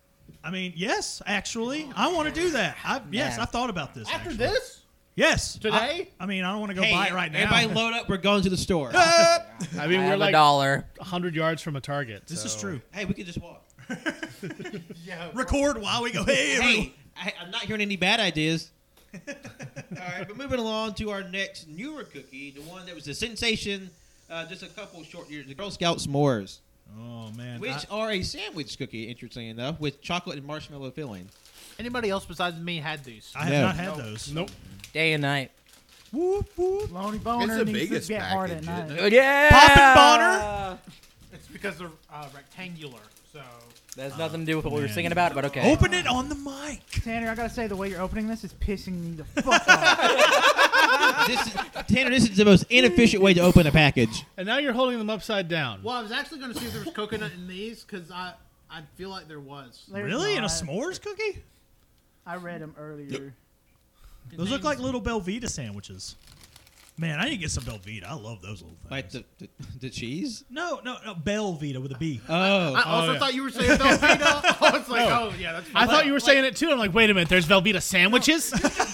Speaker 8: I mean, yes, actually, I want to do that. I, yes,
Speaker 4: Man.
Speaker 8: I thought about this.
Speaker 7: After
Speaker 8: actually.
Speaker 7: this,
Speaker 8: Yes.
Speaker 7: Today?
Speaker 8: I, I mean, I don't want to go buy it right now.
Speaker 3: Everybody load up. We're going to the store.
Speaker 5: I
Speaker 4: I
Speaker 5: mean, we're
Speaker 4: have a
Speaker 5: like
Speaker 4: dollar.
Speaker 5: 100 yards from a target.
Speaker 8: this is
Speaker 5: so-
Speaker 8: true.
Speaker 3: hey, we could just walk.
Speaker 8: Record while we go. Hey, everyone.
Speaker 3: Hey, I, I'm not hearing any bad ideas. All right, but moving along to our next newer cookie, the one that was a sensation uh, just a couple short years, the Girl Scout s'mores, Uh,
Speaker 8: Oh man.
Speaker 3: which
Speaker 8: I-
Speaker 3: are a sandwich cookie, interestingly enough, with chocolate and marshmallow filling.
Speaker 7: anybody else besides me had these?
Speaker 8: I have
Speaker 3: No.
Speaker 8: not had those.
Speaker 5: Nope.
Speaker 4: Day and night.
Speaker 8: Whoop, whoop.
Speaker 2: Lonely Boner
Speaker 6: the
Speaker 2: needs
Speaker 6: biggest
Speaker 2: to get hard at
Speaker 6: package,
Speaker 2: night.
Speaker 6: isn't it?
Speaker 4: Yeah.
Speaker 8: Poppin'
Speaker 7: It's because they're uh, rectangular, so
Speaker 4: That has nothing to do with what we were
Speaker 8: man.
Speaker 4: singing about, but okay.
Speaker 8: Open it on the mic.
Speaker 2: Tanner, I gotta say, the way you're opening this is pissing me the fuck off.
Speaker 3: This is, Tanner, this is the most inefficient way to open a package.
Speaker 5: And now you're holding them upside down.
Speaker 7: Well, I was actually going to see if there was coconut in these because I I feel like there was.
Speaker 2: There's
Speaker 8: really? In a
Speaker 2: not.
Speaker 8: s'mores cookie?
Speaker 2: I read them earlier.
Speaker 8: Those look like little Belvita sandwiches. Man, I need to get some Belvita. I love those little things.
Speaker 3: Like the, the, the cheese?
Speaker 8: no, no, no. Belvita with a B.
Speaker 3: Oh.
Speaker 7: I also thought you were saying Velveeta. I was like, oh yeah, that's.
Speaker 5: I thought you were saying it too. I'm like, wait a minute, there's Velveeta sandwiches?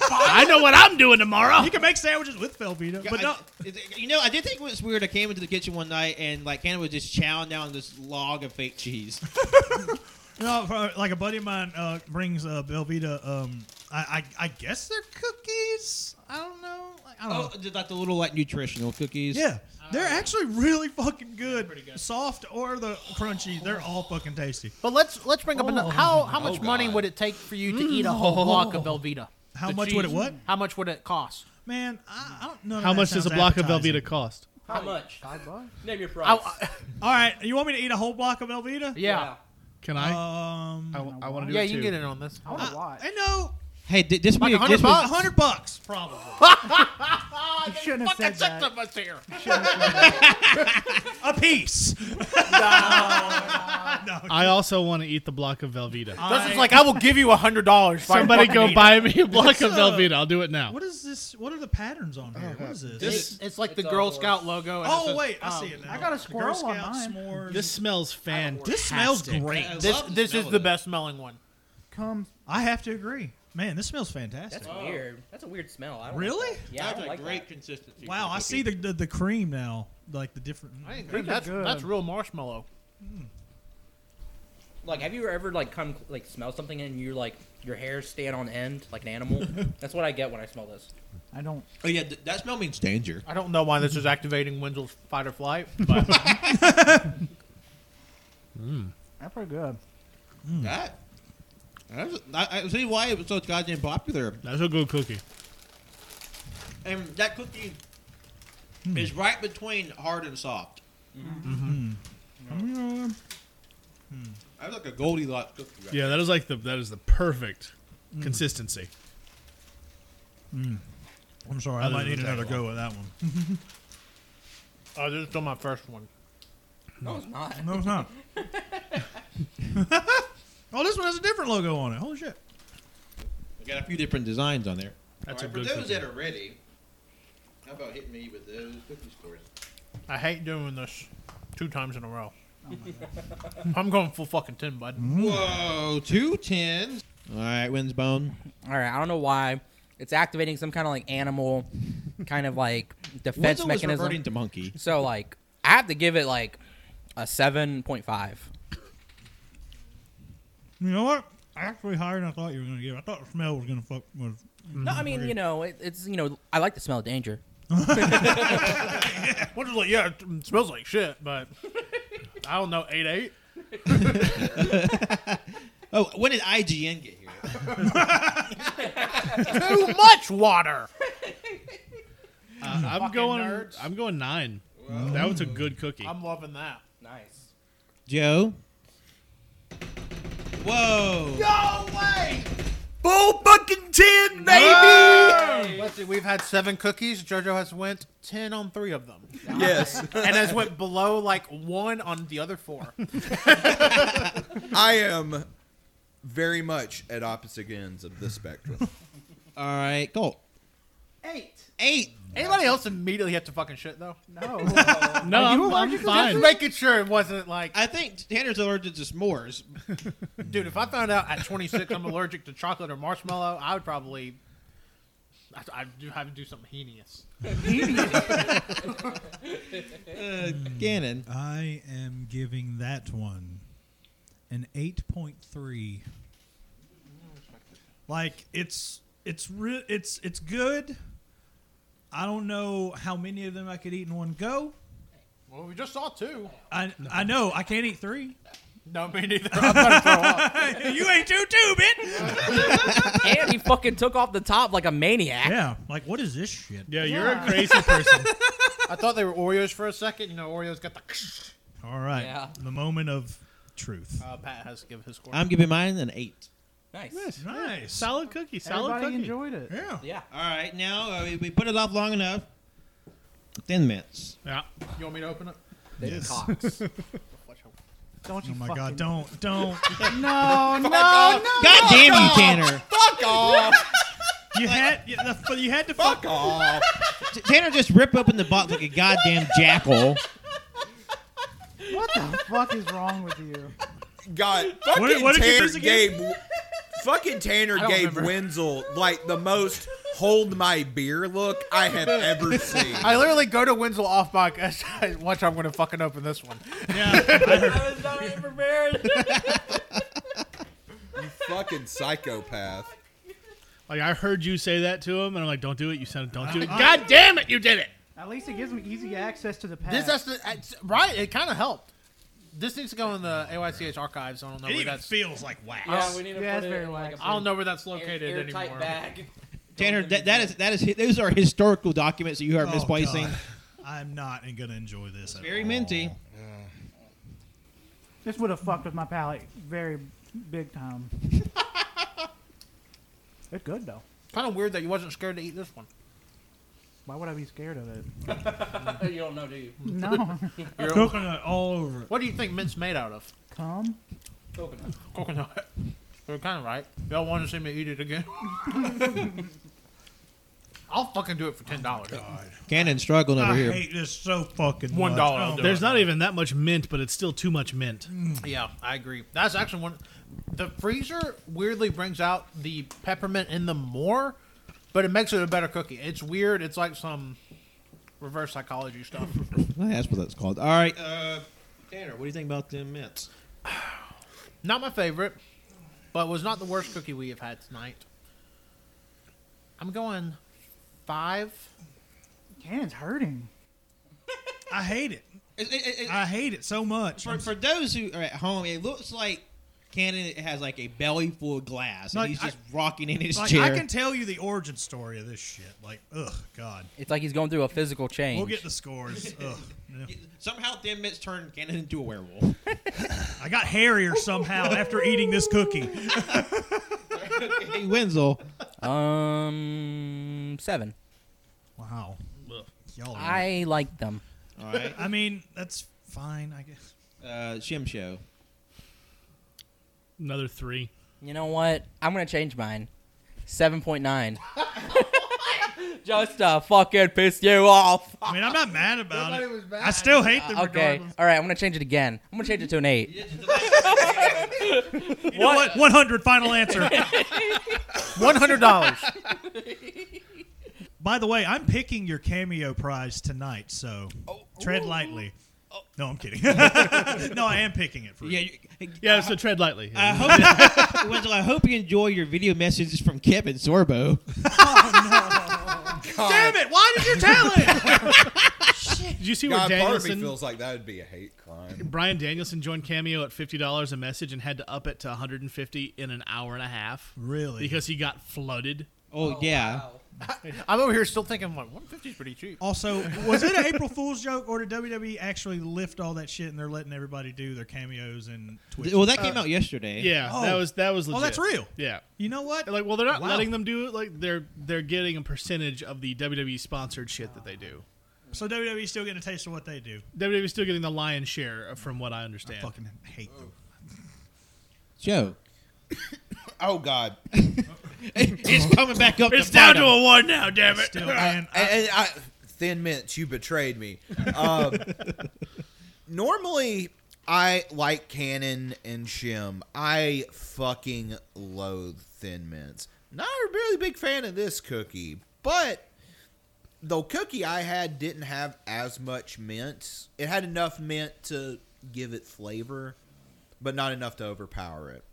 Speaker 5: I know what I'm doing tomorrow.
Speaker 8: You can make sandwiches with Velveeta, but
Speaker 3: Oh, I-
Speaker 8: no.
Speaker 3: it- you know, I did think it was weird. I came into the kitchen one night and like Hannah was just chowing down this log of fake cheese.
Speaker 8: No, for, like a buddy of mine uh, brings uh, Belvita. Um, I, I, I guess they're cookies. I don't know. Like, I don't
Speaker 3: Oh,
Speaker 8: know.
Speaker 3: just like the little like nutritional cookies.
Speaker 8: Yeah, they're actually really fucking good. Soft or the crunchy, they're all fucking tasty.
Speaker 7: But let's let's bring up
Speaker 5: Oh.
Speaker 7: another. How how much money would it take for you to eat a whole block of Velveeta?
Speaker 8: How
Speaker 7: The
Speaker 8: much would it
Speaker 7: cheese.
Speaker 8: what?
Speaker 7: How much would it cost?
Speaker 8: Man, I, I don't know.
Speaker 5: How much does a block of Velveeta
Speaker 8: Belvita?
Speaker 5: cost?
Speaker 4: How much?
Speaker 2: Five bucks.
Speaker 4: Name your
Speaker 7: I,
Speaker 4: price.
Speaker 7: I-
Speaker 8: All right, you want me to eat a whole block of Velveeta?
Speaker 7: yeah.
Speaker 5: Can I?
Speaker 8: Um,
Speaker 5: I, want to do
Speaker 7: yeah,
Speaker 5: it
Speaker 7: you
Speaker 5: too.
Speaker 7: can get in on this.
Speaker 2: I want to watch.
Speaker 8: I know.
Speaker 3: Hey, th- this
Speaker 7: Like
Speaker 3: would
Speaker 7: $100
Speaker 3: this would-
Speaker 7: bucks?
Speaker 8: hundred bucks, probably.
Speaker 2: You shouldn't have said that.
Speaker 7: here.
Speaker 8: a piece.
Speaker 5: I also want to eat the block of Velveeta.
Speaker 7: Dustin's like, I will give you a hundred dollars. if I
Speaker 5: Somebody
Speaker 7: fucking
Speaker 5: go
Speaker 7: eat it."
Speaker 5: buy me a block of
Speaker 8: uh,
Speaker 5: Velveeta. I'll do it now.
Speaker 8: What is this? What are the patterns on
Speaker 2: Oh,
Speaker 8: here? What is this?
Speaker 7: It's, it's like the Girl Scout logo. And it
Speaker 8: oh
Speaker 7: says-
Speaker 8: wait, I
Speaker 7: um,
Speaker 8: see it now.
Speaker 2: I got a
Speaker 8: The Girl
Speaker 2: squirrel on
Speaker 8: Scout
Speaker 2: mine.
Speaker 8: s'mores.
Speaker 5: This smells fantastic.
Speaker 8: This smells great.
Speaker 3: I
Speaker 7: This
Speaker 3: love
Speaker 7: this
Speaker 3: smell
Speaker 7: is
Speaker 3: of
Speaker 7: the
Speaker 3: it.
Speaker 7: best smelling one.
Speaker 2: Comes
Speaker 8: I have to agree. Man, this smells fantastic.
Speaker 1: That's weird. That's a weird smell. I don't like
Speaker 8: Really?
Speaker 1: that. Yeah, I
Speaker 3: That's
Speaker 1: don't
Speaker 3: a
Speaker 1: like
Speaker 3: great
Speaker 1: that.
Speaker 3: consistency.
Speaker 8: wow, I see the, the the cream now, like the different.
Speaker 2: These are
Speaker 7: That's
Speaker 2: good.
Speaker 7: that's real marshmallow.
Speaker 1: Like, have you ever like come like smell something and you're like your hair stand on end like an animal? That's what I get when I smell this.
Speaker 2: I don't.
Speaker 3: Oh yeah, th- that smell means danger.
Speaker 7: I don't know why this is activating Wenzel's fight or flight, but
Speaker 2: That's pretty good.
Speaker 5: Hmm.
Speaker 3: That. That's, I, I see why it was so goddamn popular.
Speaker 5: That's a good cookie.
Speaker 3: And that cookie
Speaker 5: Hmm.
Speaker 3: is right between hard and soft.
Speaker 5: Mm-hmm.
Speaker 3: Mm-hmm.
Speaker 5: Hmm.
Speaker 3: That's like a Goldilocks cookie. Right
Speaker 5: Yeah, that is like the that is the perfect
Speaker 8: Mm.
Speaker 5: consistency.
Speaker 8: I'm sorry, I
Speaker 5: Other
Speaker 8: might
Speaker 5: than
Speaker 8: need
Speaker 5: the
Speaker 8: another
Speaker 5: Jaguar.
Speaker 8: go at that one.
Speaker 7: oh, this is still my first one.
Speaker 1: No, it's not.
Speaker 8: No, it's not. oh, this one has a different logo on it. Holy shit!
Speaker 3: We got a few different designs on there.
Speaker 5: That's
Speaker 3: All
Speaker 5: a
Speaker 3: right,
Speaker 5: good
Speaker 3: for those
Speaker 5: cookie.
Speaker 3: that are ready, how about hitting me with those cookie scores?
Speaker 7: I hate doing this two times in a row. I'm going full fucking ten, bud.
Speaker 3: Mm. Whoa, two tens. All right, Winsbone.
Speaker 1: All right, I don't know why it's activating some kind of like animal, kind of like defense
Speaker 3: Winsbone was
Speaker 1: mechanism.
Speaker 3: reverting to monkey.
Speaker 1: So like, I have to give it like a seven point five.
Speaker 8: You know what? Actually, higher than I thought you were gonna give. I thought the smell was gonna fuck. Was,
Speaker 1: No, I mean you know it, it's you know I like the smell of danger.
Speaker 7: Which is like, yeah, it mm, smells like shit, but I don't know, eight eight.
Speaker 3: Oh, when did IGN get here?
Speaker 7: Too much water.
Speaker 5: Uh, I'm
Speaker 7: Fucking
Speaker 5: going.
Speaker 7: nerds.
Speaker 5: I'm going nine. That was a good cookie.
Speaker 7: I'm loving that.
Speaker 1: Nice.
Speaker 3: Joe. Whoa.
Speaker 6: Bull fucking ten, baby.
Speaker 7: Let's see, we've had seven cookies. JoJo has went ten on three of them,
Speaker 6: Yes,
Speaker 7: and has went below like one on the other four.
Speaker 6: I am very much at opposite ends of the spectrum.
Speaker 3: All right, Colt.
Speaker 2: Eight.
Speaker 3: Eight.
Speaker 7: Anybody else immediately have to fucking shit though?
Speaker 2: No.
Speaker 5: no,
Speaker 2: Are you
Speaker 5: I'm, I'm
Speaker 2: allergic to
Speaker 5: fine.
Speaker 7: Just making sure it wasn't like,
Speaker 3: I think Tanner's allergic to s'mores.
Speaker 7: dude. If I found out at 26 I'm allergic to chocolate or marshmallow, I would probably. I, I do have to do something heinous.
Speaker 3: Uh, Gannon.
Speaker 8: I am giving that one an eight point three. Like it's it's re- it's it's good. I don't know how many of them I could eat in one go.
Speaker 7: Well, we just saw two.
Speaker 8: I I know I can't eat three.
Speaker 7: No, me neither. I'm gonna throw up.
Speaker 8: you ate two too, bitch.
Speaker 1: and he fucking took off the top like a maniac.
Speaker 8: Yeah, like what is this shit?
Speaker 5: Yeah, you're a crazy person.
Speaker 7: I thought they were Oreos for a second. You know, Oreos got the.
Speaker 8: All right,
Speaker 1: Yeah.
Speaker 8: the moment of truth.
Speaker 7: Uh, Pat has to give his score.
Speaker 3: I'm giving mine an eight.
Speaker 1: Nice.
Speaker 8: nice.
Speaker 5: solid cookie. Solid
Speaker 2: Everybody
Speaker 5: cookie.
Speaker 2: enjoyed it.
Speaker 8: Yeah.
Speaker 1: Yeah.
Speaker 3: All right, now uh, we, we put it off long enough. Thin mints.
Speaker 5: yeah.
Speaker 7: You want me to open it?
Speaker 1: They
Speaker 8: Yes.
Speaker 1: cocks.
Speaker 2: Don't you?
Speaker 8: Oh my
Speaker 2: fucking-
Speaker 8: god! Don't don't.
Speaker 2: No, no, no.
Speaker 3: God damn
Speaker 8: Oh!
Speaker 3: you, Tanner!
Speaker 6: Fuck off!
Speaker 8: You had you, the, you had to fuck.
Speaker 6: Fuck off!
Speaker 3: T- Tanner just ripped open the box like a goddamn jackal.
Speaker 2: What the fuck is wrong with you?
Speaker 6: God, fucking
Speaker 8: What- what did you
Speaker 6: Tanner
Speaker 8: use again?
Speaker 6: gave, fucking Tanner
Speaker 7: don't
Speaker 6: gave
Speaker 7: remember.
Speaker 6: Wenzel like the most hold my beer look I have ever seen.
Speaker 7: I literally go to Winslow off mic. I say, Watch, I'm gonna fucking open this one.
Speaker 1: I was not even prepared.
Speaker 6: fucking psychopath.
Speaker 5: Like I heard you say that to him, and I'm like, "Don't do it." You said, "Don't do it."
Speaker 8: I-
Speaker 5: God damn it, you did it.
Speaker 2: At least it gives me easy access to the past.
Speaker 7: This has to, it's- right? It kind of helped. This needs to go in the AYCH archives. I don't know
Speaker 8: It
Speaker 7: where
Speaker 8: even
Speaker 7: that's.
Speaker 8: feels like wax.
Speaker 1: Yeah, we need to
Speaker 2: Yeah,
Speaker 1: put
Speaker 2: it's
Speaker 1: it
Speaker 2: very
Speaker 1: in like
Speaker 2: light.
Speaker 1: a
Speaker 7: I don't know where that's
Speaker 1: air-
Speaker 7: located
Speaker 1: airtight
Speaker 7: anymore.
Speaker 1: bag.
Speaker 3: Tanner, that, that is that is hi- those are historical documents that you are
Speaker 8: Oh,
Speaker 3: misplacing.
Speaker 8: God. I'm not gonna enjoy this. at
Speaker 3: Very
Speaker 8: all.
Speaker 3: minty.
Speaker 2: This would have fucked with my palate very big time. it's good though.
Speaker 7: Kind of weird that you wasn't scared to eat this one.
Speaker 2: Why would I be scared of it?
Speaker 1: you don't know, do you?
Speaker 2: No.
Speaker 8: Coconut all over it.
Speaker 7: What do you think mint's made out of?
Speaker 2: Come.
Speaker 1: Coconut.
Speaker 7: Coconut. You're kind of right. Y'all want to see me eat it again? I'll fucking do it for ten dollars.
Speaker 3: Cannon's struggling over
Speaker 8: I
Speaker 3: here.
Speaker 8: hate this so fucking
Speaker 7: One
Speaker 8: much.
Speaker 7: dollar, I'll
Speaker 8: Oh,
Speaker 7: do it.
Speaker 5: There's not even that much mint, but it's still too much mint.
Speaker 7: Yeah, I agree. That's actually one. The freezer weirdly brings out the peppermint in them more, but it makes it a better cookie. It's weird. It's like some reverse psychology stuff.
Speaker 3: Well, That's what that's called. All right, uh, Tanner, what do you think about them mints?
Speaker 7: not my favorite, but was not the worst cookie we have had tonight. I'm going five.
Speaker 2: Can's hurting.
Speaker 8: I hate it.
Speaker 3: It- it- it- it-
Speaker 8: I hate it so much.
Speaker 3: for, for those who are at home, it looks like Cannon has like a belly full of glass,
Speaker 8: Like,
Speaker 3: and he's
Speaker 8: I-
Speaker 3: just rocking in his
Speaker 8: Like,
Speaker 3: chair.
Speaker 8: I can tell you the origin story of this shit. Like, ugh, God.
Speaker 4: It's like he's going through a physical change.
Speaker 8: We'll get the scores. Ugh. Yeah.
Speaker 3: Somehow, them mints turned Cannon into a werewolf.
Speaker 8: I got hairier somehow after eating this cookie.
Speaker 3: hey, Wenzel,
Speaker 4: um, seven.
Speaker 8: Wow. Y'all are-
Speaker 4: I like them.
Speaker 3: all right,
Speaker 8: I mean, that's fine, I guess.
Speaker 3: uh, Shim Show.
Speaker 5: Another three.
Speaker 4: You know what? I'm gonna change mine. Seven point nine. Just to fucking piss you off.
Speaker 8: I mean, I'm not mad about
Speaker 7: Nobody
Speaker 8: it.
Speaker 7: was mad.
Speaker 8: I still hate them
Speaker 4: Okay.
Speaker 8: regardless.
Speaker 4: All right. I'm gonna change it again. I'm gonna change it to an eight.
Speaker 8: You know what? 100 final answer.
Speaker 7: One hundred dollars.
Speaker 8: By the way, I'm picking your cameo prize tonight, so tread lightly. No, I'm kidding. no, I am picking it for you.
Speaker 3: Yeah, you-
Speaker 5: Yeah, so tread lightly.
Speaker 7: Uh,
Speaker 3: I hope, Wenzel, I hope you enjoy your video messages from Kevin Sorbo.
Speaker 7: Damn it! Why did you tell it?
Speaker 5: Did you see where
Speaker 6: God, part of me
Speaker 5: Danielson,
Speaker 6: feels like that would be a hate crime.
Speaker 5: Brian Danielson joined Cameo at fifty dollars a message and had to up it to one hundred and fifty in an hour and a half
Speaker 8: Really?
Speaker 5: because he got flooded.
Speaker 3: Oh, yeah.
Speaker 7: I'm over here still thinking like one fifty is pretty cheap.
Speaker 8: also, was it an April Fool's joke, or did WWE actually lift all that shit and they're letting everybody do their cameos and Twitch?
Speaker 3: Well, that came out yesterday.
Speaker 5: Yeah,
Speaker 8: Oh.
Speaker 5: that was that was. Legit.
Speaker 8: Oh, that's real.
Speaker 5: Yeah.
Speaker 8: you know what?
Speaker 5: Like, well, they're not
Speaker 8: Wow.
Speaker 5: letting them do it. Like, they're they're getting a percentage of the WWE sponsored shit that they do.
Speaker 8: So WWE's still getting a taste of what they do.
Speaker 5: WWE's still getting the lion's share, uh, from what I understand.
Speaker 8: Fucking hate them.
Speaker 3: Joe.
Speaker 6: Oh God!
Speaker 3: it's coming back up.
Speaker 5: It's
Speaker 3: to
Speaker 5: down
Speaker 3: bottom.
Speaker 5: to a one now, damn it.
Speaker 8: Still, man, I-
Speaker 6: And, and I, Thin Mints, you betrayed me. Um, normally, I like Cannon and Shim. I fucking loathe Thin Mints. Not a really big fan of this cookie, but the cookie I had didn't have as much mint. It had enough mint to give it flavor, but not enough to overpower it.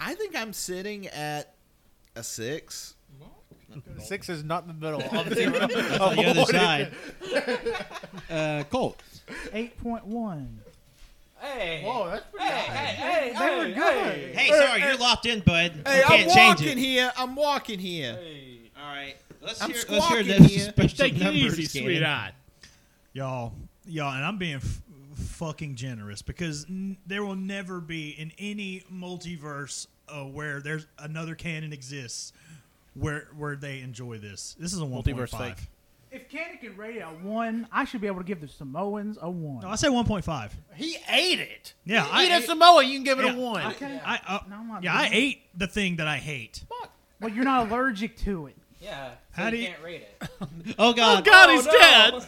Speaker 6: I think I'm sitting at a six.
Speaker 7: Six is not in the middle. of zero.
Speaker 3: on the other side. Uh, Colt.
Speaker 2: 8.1.
Speaker 4: Hey.
Speaker 7: Whoa, that's pretty high.
Speaker 4: Hey. Hey. They were good.
Speaker 3: Hey, sorry, you're locked in, bud.
Speaker 6: Hey,
Speaker 3: you
Speaker 6: I'm
Speaker 3: can't
Speaker 6: walking
Speaker 3: change it.
Speaker 6: here. I'm walking here.
Speaker 3: All right, let's
Speaker 6: I'm
Speaker 3: hear. Let's hear
Speaker 6: squawking
Speaker 3: those
Speaker 6: here.
Speaker 3: special
Speaker 5: Take it
Speaker 3: numbers,
Speaker 5: easy,
Speaker 3: Cannon.
Speaker 5: sweetheart.
Speaker 8: y'all, y'all, and I'm being f- fucking generous because n- there will never be in any multiverse uh, where there's another canon exists where where they enjoy this. This is a one point
Speaker 5: Multiverse
Speaker 8: five.
Speaker 5: fake.
Speaker 2: If Cannon can rate it a one, I should be able to give the Samoans a one.
Speaker 8: No, I say one point five.
Speaker 7: He ate it.
Speaker 8: Yeah,
Speaker 7: Eat
Speaker 8: I
Speaker 7: a
Speaker 8: ate-
Speaker 7: Samoa, you can give it
Speaker 8: Yeah,
Speaker 7: a one.
Speaker 2: okay.
Speaker 8: I uh,
Speaker 2: No, I'm not
Speaker 8: yeah, I
Speaker 2: doing it.
Speaker 8: ate the thing that I hate.
Speaker 2: Well, you're not allergic to it.
Speaker 1: Yeah.
Speaker 8: How you do you- can't
Speaker 1: read it.
Speaker 3: Oh God.
Speaker 5: God, he's dead.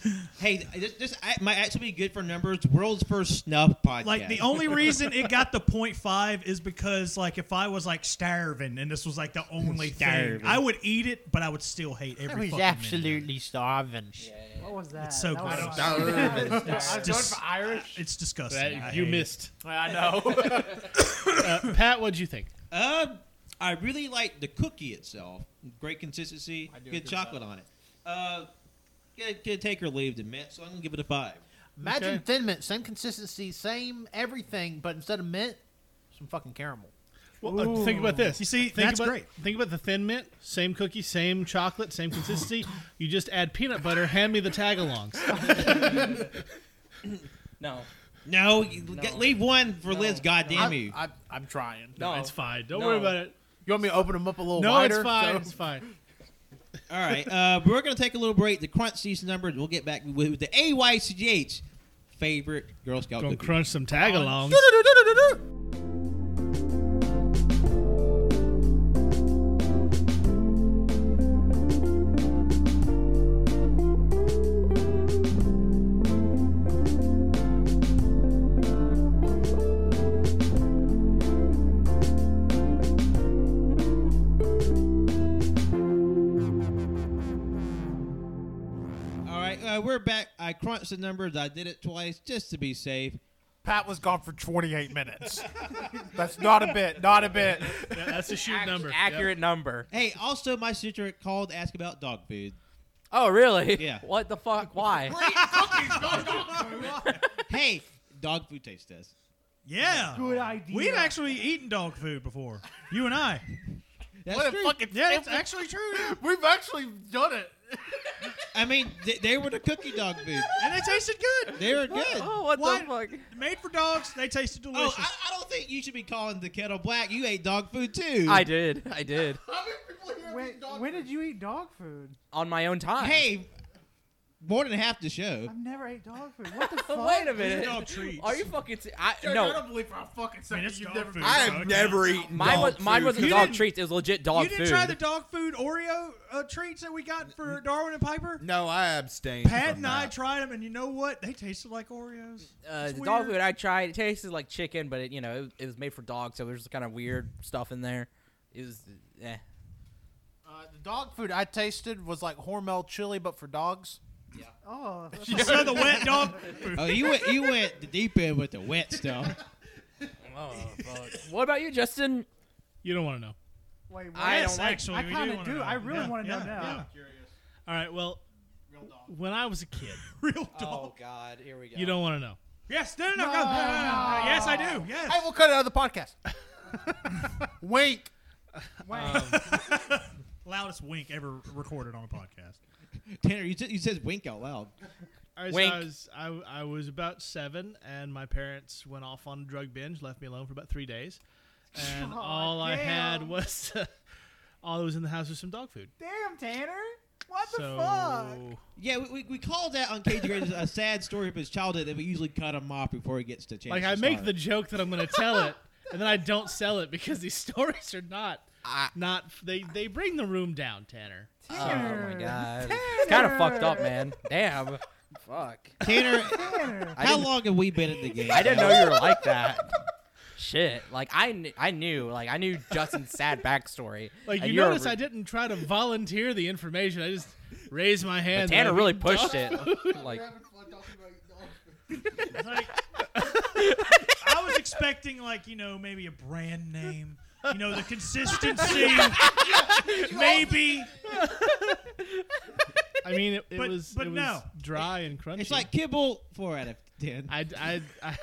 Speaker 3: Hey, this, this I- might actually be good for numbers. World's first snuff podcast.
Speaker 8: Like the only reason it got the point five is because like if I was like starving and this was like the only thing,
Speaker 3: Starving.
Speaker 8: I would eat it, but I would still hate every. fucking minute of it.
Speaker 7: starving.
Speaker 2: What was that?
Speaker 8: It's so
Speaker 2: that was like-
Speaker 8: gross. It's dis-
Speaker 7: Irish.
Speaker 8: it's disgusting. I
Speaker 5: That- you
Speaker 8: hate it.
Speaker 5: missed.
Speaker 7: I know.
Speaker 5: Uh, Pat, what'd you think?
Speaker 3: Uh, I really like the cookie itself. Great consistency.
Speaker 7: I do agree
Speaker 3: Good
Speaker 7: with
Speaker 3: chocolate on it. Uh, good, good take or leave the mint. So I'm gonna give it a five.
Speaker 7: Imagine
Speaker 5: Okay.
Speaker 7: Thin Mint, same consistency, same everything, but instead of mint, some fucking caramel.
Speaker 5: Well, uh, think about this.
Speaker 8: You see,
Speaker 5: think
Speaker 8: that's
Speaker 5: about,
Speaker 8: great.
Speaker 5: Think about the thin mint, same cookie, same chocolate, same consistency. you just add peanut butter. Hand me the tagalongs.
Speaker 1: No,
Speaker 3: No, you-
Speaker 1: No.
Speaker 3: get- leave one for
Speaker 1: No.
Speaker 3: Liz. Goddamn
Speaker 7: I'm,
Speaker 3: you!
Speaker 7: I, I'm trying.
Speaker 1: no,
Speaker 5: It's fine. Don't
Speaker 1: No.
Speaker 5: worry about it.
Speaker 7: You want me to open them up a little
Speaker 5: No,
Speaker 7: wider?
Speaker 5: it's fine.
Speaker 7: So-
Speaker 5: It's fine.
Speaker 3: All right, uh, we're gonna take a little break. The crunch season number, and we'll get back with the AYCGH favorite Girl Scout
Speaker 5: Gonna
Speaker 3: cookie.
Speaker 5: crunch some tagalongs.
Speaker 3: All right, uh, we're back. I crunched the numbers. I did it twice just to be safe.
Speaker 7: Pat was gone for 28 minutes. That's not a bit. Not a bit.
Speaker 5: Yeah, that's a shoot
Speaker 4: Ac-
Speaker 5: number.
Speaker 4: accurate number.
Speaker 3: Hey, also my sister called to ask about dog food.
Speaker 4: Oh, really?
Speaker 3: Yeah.
Speaker 4: What the fuck? Why?
Speaker 3: hey, dog food taste test.
Speaker 8: Yeah.
Speaker 2: Good idea.
Speaker 8: We've actually eaten dog food before. You and I.
Speaker 3: That's
Speaker 7: What a
Speaker 3: true.
Speaker 7: fucking
Speaker 8: Yeah, it's actually true.
Speaker 7: We've actually done it.
Speaker 3: I mean, they, they were the cookie dog food.
Speaker 8: And they tasted good.
Speaker 3: They were good.
Speaker 4: Oh, what,
Speaker 8: What?
Speaker 4: the fuck?
Speaker 8: Made for dogs, they tasted
Speaker 3: Oh,
Speaker 8: delicious.
Speaker 3: I, I don't think you should be calling the kettle black. You ate dog food too.
Speaker 4: I did. I did.
Speaker 2: When, when did you eat dog food?
Speaker 4: On my own time.
Speaker 3: Hey, more than half the show.
Speaker 2: I've never ate dog food. What the fuck?
Speaker 4: Wait a minute.
Speaker 8: dog treats.
Speaker 4: Are you fucking? se- I
Speaker 7: I
Speaker 4: no.
Speaker 7: don't believe for a fucking second
Speaker 8: it's
Speaker 7: you've
Speaker 8: dog
Speaker 7: never
Speaker 8: food.
Speaker 6: I have never eaten.
Speaker 4: Mine
Speaker 6: dog
Speaker 4: was mine
Speaker 6: food.
Speaker 4: wasn't
Speaker 8: You
Speaker 4: dog
Speaker 8: didn't-
Speaker 4: treats. It was legit dog
Speaker 8: you didn't
Speaker 4: food.
Speaker 8: try the dog food Oreo uh, treats that we got for Darwin and Piper?
Speaker 6: No, I abstained.
Speaker 8: Pat
Speaker 6: from
Speaker 8: and I
Speaker 6: that.
Speaker 8: tried them, and you know what? They tasted like Oreos.
Speaker 4: uh,
Speaker 8: It's
Speaker 4: the dog
Speaker 8: weird.
Speaker 4: food I tried. It tasted like chicken, but it, you know it, it was made for dogs, so there's kind of weird stuff in there. It was eh.
Speaker 7: Uh, the dog food I tasted was like Hormel chili, but for dogs.
Speaker 2: Oh,
Speaker 8: You said the wet dog food.
Speaker 3: Oh, you went you went the deep end with the wet stuff.
Speaker 8: Oh,
Speaker 4: What about you, Justin?
Speaker 5: You don't want to know.
Speaker 2: wait, what?
Speaker 4: I
Speaker 8: Yes,
Speaker 4: don't like-
Speaker 8: actually,
Speaker 2: I
Speaker 8: we
Speaker 2: kinda
Speaker 8: wanna
Speaker 2: do.
Speaker 8: know.
Speaker 2: I really wanna know now.
Speaker 7: Curious.
Speaker 5: All right. Well,
Speaker 7: Real dog.
Speaker 5: when I was a kid,
Speaker 8: Real dog.
Speaker 4: Oh God, here we go.
Speaker 5: you don't want to know.
Speaker 8: Yes, no, no, no, go. no, no, no, no, no. Yes, I do.
Speaker 7: Hey,
Speaker 8: Yes.
Speaker 7: we'll cut it out of the podcast. Wink.
Speaker 8: Loudest wink ever recorded on a podcast.
Speaker 3: Tanner, you, t- you said wink out loud.
Speaker 5: All right,
Speaker 4: Wink.
Speaker 5: So I was I, I was about seven, and my parents went off on a drug binge, left me alone for about three days, and
Speaker 2: Aw,
Speaker 5: all I had
Speaker 2: damn.
Speaker 5: was all that was in the house was some dog food.
Speaker 2: Damn, Tanner. What the
Speaker 5: so uh,
Speaker 2: fuck?
Speaker 3: Yeah, we, we, we call that on KG Grades a sad story of his childhood that we usually cut him off before he gets to change.
Speaker 5: like
Speaker 3: to
Speaker 5: I make
Speaker 3: start.
Speaker 5: the joke that I'm going to tell it, and then I don't sell it because these stories are not not they they bring the room down, Tanner.
Speaker 4: Oh my God, it's kind of fucked up, man. Damn, fuck.
Speaker 3: Tanner.
Speaker 2: Tanner.
Speaker 3: how long have we been in the game?
Speaker 4: I didn't know you were like that. Shit, like I, kn- I knew, like I knew Justin's sad backstory.
Speaker 5: Like
Speaker 4: And
Speaker 5: you
Speaker 4: uh, you're a
Speaker 5: notice,
Speaker 4: re-
Speaker 5: I didn't try to volunteer the information. I just raised my hand.
Speaker 4: Tanner
Speaker 5: like,
Speaker 4: really pushed it. Like
Speaker 8: It's like- I was expecting, like, you know, maybe a brand name. You know, the consistency. maybe.
Speaker 5: I mean, it, it
Speaker 8: But-
Speaker 5: was
Speaker 8: but
Speaker 5: it was
Speaker 8: no.
Speaker 5: dry and crunchy.
Speaker 3: It's like kibble four out of ten.
Speaker 5: I, I, I,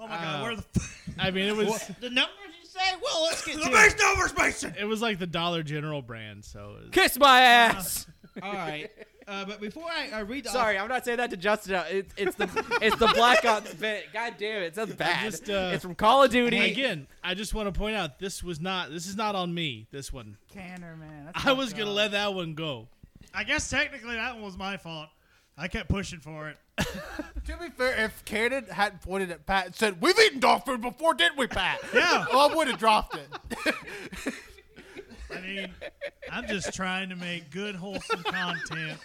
Speaker 8: Oh, my
Speaker 2: Uh,
Speaker 8: God. Where the f-
Speaker 5: I mean, it was
Speaker 3: the numbers you say. Well, let's get
Speaker 8: The
Speaker 3: to it.
Speaker 8: best numbers, Mason!
Speaker 5: it was like the Dollar General brand. So it was-
Speaker 4: kiss my ass.
Speaker 3: All right. Uh, but before I, I read, the
Speaker 4: Sorry, I'm not saying that to Justin. It's it's the it's the Black Ops bit. God damn it, it sounds bad.
Speaker 5: just, uh,
Speaker 4: it's from Call of Duty.
Speaker 5: again, I just want to point out this was not this is not on me. This one,
Speaker 2: Tanner, man. that's
Speaker 5: I
Speaker 2: Oh my
Speaker 5: was gonna
Speaker 2: job.
Speaker 5: let that one go.
Speaker 8: I guess technically that one was my fault. I kept pushing for it.
Speaker 7: To be fair, if Cannon hadn't pointed at Pat and said, We've eaten dog food before, didn't we, Pat?
Speaker 8: Yeah.
Speaker 7: Well, I would have dropped it.
Speaker 8: I mean, I'm just trying to make good, wholesome content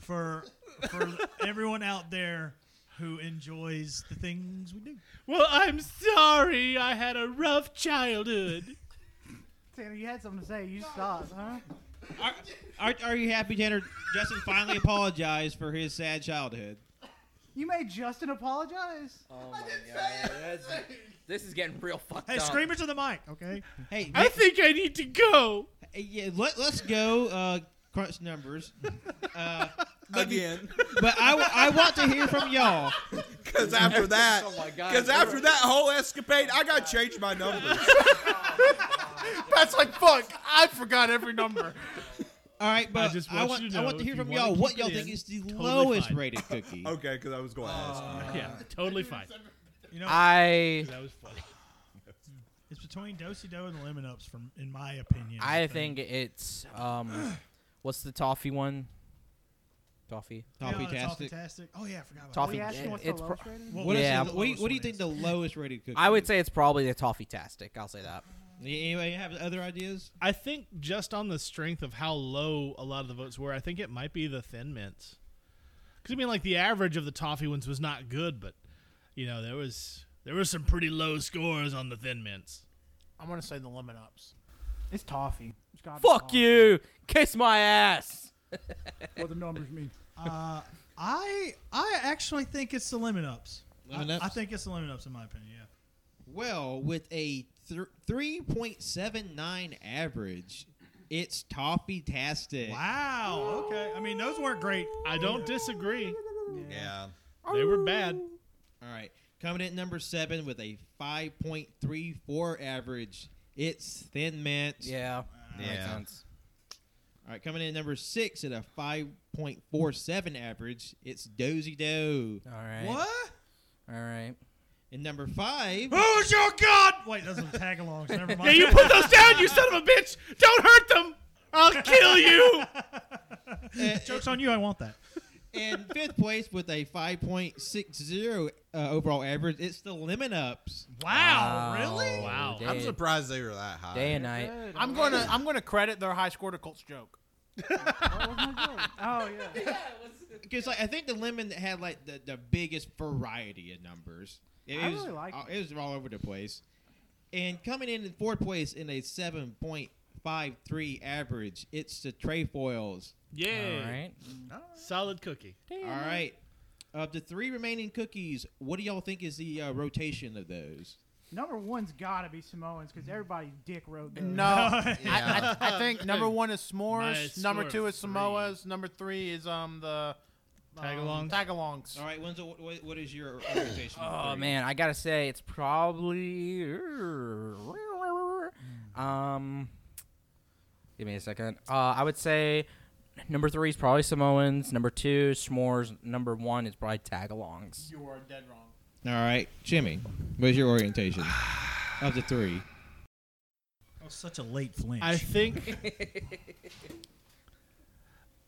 Speaker 8: for for everyone out there who enjoys the things we do.
Speaker 5: Well, I'm sorry. I had a rough childhood.
Speaker 2: Tanner, you had something to say. You stopped, huh?
Speaker 3: are, are, uh, are you happy, Tanner? Justin finally apologized for his sad childhood.
Speaker 2: You made Justin apologize.
Speaker 4: Oh my god, that's- this is getting real fucked
Speaker 8: Hey,
Speaker 4: up.
Speaker 8: scream into the mic, okay?
Speaker 3: Hey,
Speaker 5: I think I need to go.
Speaker 3: Hey, Yeah, let, let's go uh, crunch numbers. Uh,
Speaker 6: again
Speaker 3: but I, w- I want to hear from y'all.
Speaker 6: because after that,
Speaker 4: Oh my god.
Speaker 6: because after that whole escapade, I got to change my numbers.
Speaker 7: Pat's like, Fuck, I forgot every number.
Speaker 3: All right, but I,
Speaker 5: just want
Speaker 3: want,
Speaker 5: you to
Speaker 3: I
Speaker 5: know
Speaker 3: want to hear
Speaker 5: if
Speaker 3: from
Speaker 5: you
Speaker 3: y'all
Speaker 5: wanna
Speaker 3: what
Speaker 5: keep
Speaker 3: y'all
Speaker 5: it
Speaker 3: think
Speaker 5: in,
Speaker 3: is the
Speaker 5: totally
Speaker 3: lowest
Speaker 5: fine.
Speaker 3: rated cookie.
Speaker 6: Okay, because I was going to ask.
Speaker 4: Uh,
Speaker 5: yeah, totally fine.
Speaker 8: You know,
Speaker 4: I
Speaker 5: That was funny.
Speaker 8: it's between Dosey Doe and the Lemon Ups, from in my opinion.
Speaker 4: I think it's um, what's the toffee one? Toffee.
Speaker 3: Toffee tastic.
Speaker 8: Tastic. Oh yeah, I forgot about
Speaker 4: Toffee.
Speaker 2: we
Speaker 8: That.
Speaker 2: asking
Speaker 4: yeah,
Speaker 2: what's the
Speaker 4: it's pro-
Speaker 2: lowest rated?
Speaker 8: What,
Speaker 3: What, is
Speaker 4: Yeah.
Speaker 3: the- what, do you, what do you
Speaker 8: lowest
Speaker 3: think
Speaker 8: one
Speaker 3: the lowest rated cookie?
Speaker 4: I would
Speaker 3: is?
Speaker 4: say it's probably the toffee tastic. I'll say that.
Speaker 3: Anybody have other ideas?
Speaker 5: I think just on the strength of how low a lot of the votes were, I think it might be the Thin Mints. Because I mean, like the average of the toffee ones was not good, but you know there was there were some pretty low scores on the Thin Mints.
Speaker 7: I'm gonna say the lemon ups.
Speaker 2: It's toffee. It's gotta be
Speaker 4: Fuck
Speaker 2: toffee.
Speaker 4: you! Kiss my ass!
Speaker 2: What the numbers mean?
Speaker 8: I I actually think it's the Lemon Ups.
Speaker 3: Lemon
Speaker 8: I,
Speaker 3: Ups?
Speaker 8: I think it's the Lemon Ups in my opinion. Yeah.
Speaker 3: Well, with a th- 3.79 average, it's toffee tastic.
Speaker 8: Wow. Okay. I mean, those weren't great.
Speaker 5: I don't disagree;
Speaker 6: Yeah.
Speaker 5: they were bad.
Speaker 3: All right. Coming in at number seven with a 5.34 average, it's Thin Mints.
Speaker 4: Yeah. Makes
Speaker 6: Yeah.
Speaker 4: sense.
Speaker 3: All right. Coming in at number six at a 5.47 average, it's Dozy Doe.
Speaker 4: All right.
Speaker 8: What?
Speaker 4: All right.
Speaker 3: And number five,
Speaker 8: Who's your god? Wait, those are the tagalongs. Never mind.
Speaker 5: Yeah, you put those down, you son of a bitch! Don't hurt them. I'll kill you.
Speaker 8: Jokes on you. I want that.
Speaker 3: in uh, fifth place with a 5.60 uh, overall average, it's the Lemon Ups.
Speaker 8: Wow. Really?
Speaker 5: Wow.
Speaker 4: Day,
Speaker 6: I'm surprised they were that high.
Speaker 4: Day and night.
Speaker 7: I'm gonna I'm gonna credit their high score to Colts joke.
Speaker 2: What was my joke? Oh yeah.
Speaker 3: Because like I think the lemon had like the, the biggest variety of numbers. It
Speaker 2: I
Speaker 3: was,
Speaker 2: really like
Speaker 3: uh, it. was all over the place. And coming in in fourth place in a seven point five three average, it's the trefoils.
Speaker 5: Yeah.
Speaker 4: All right.
Speaker 5: Solid cookie.
Speaker 3: All right. Of the three remaining cookies, what do y'all think is the uh, rotation of those?
Speaker 2: Number one's gotta be Samoans because everybody's dick rode those.
Speaker 7: No, I, I, I think number one is s'mores.
Speaker 5: My score
Speaker 7: number two
Speaker 5: of
Speaker 7: is Samoa's. Number three is um the um,
Speaker 5: Tagalongs?
Speaker 7: Tagalongs.
Speaker 3: All right, Wenzel, what, what- what is your uh, rotation? of
Speaker 4: Oh
Speaker 3: three?
Speaker 4: man, I gotta say it's probably um. Give me a second. Uh, I would say number three is probably Samoans. Number two, s'mores. Number one is probably tagalongs.
Speaker 7: You are dead wrong.
Speaker 3: All right, Jimmy, what is your orientation of the three?
Speaker 8: That was such a late flinch.
Speaker 5: I think.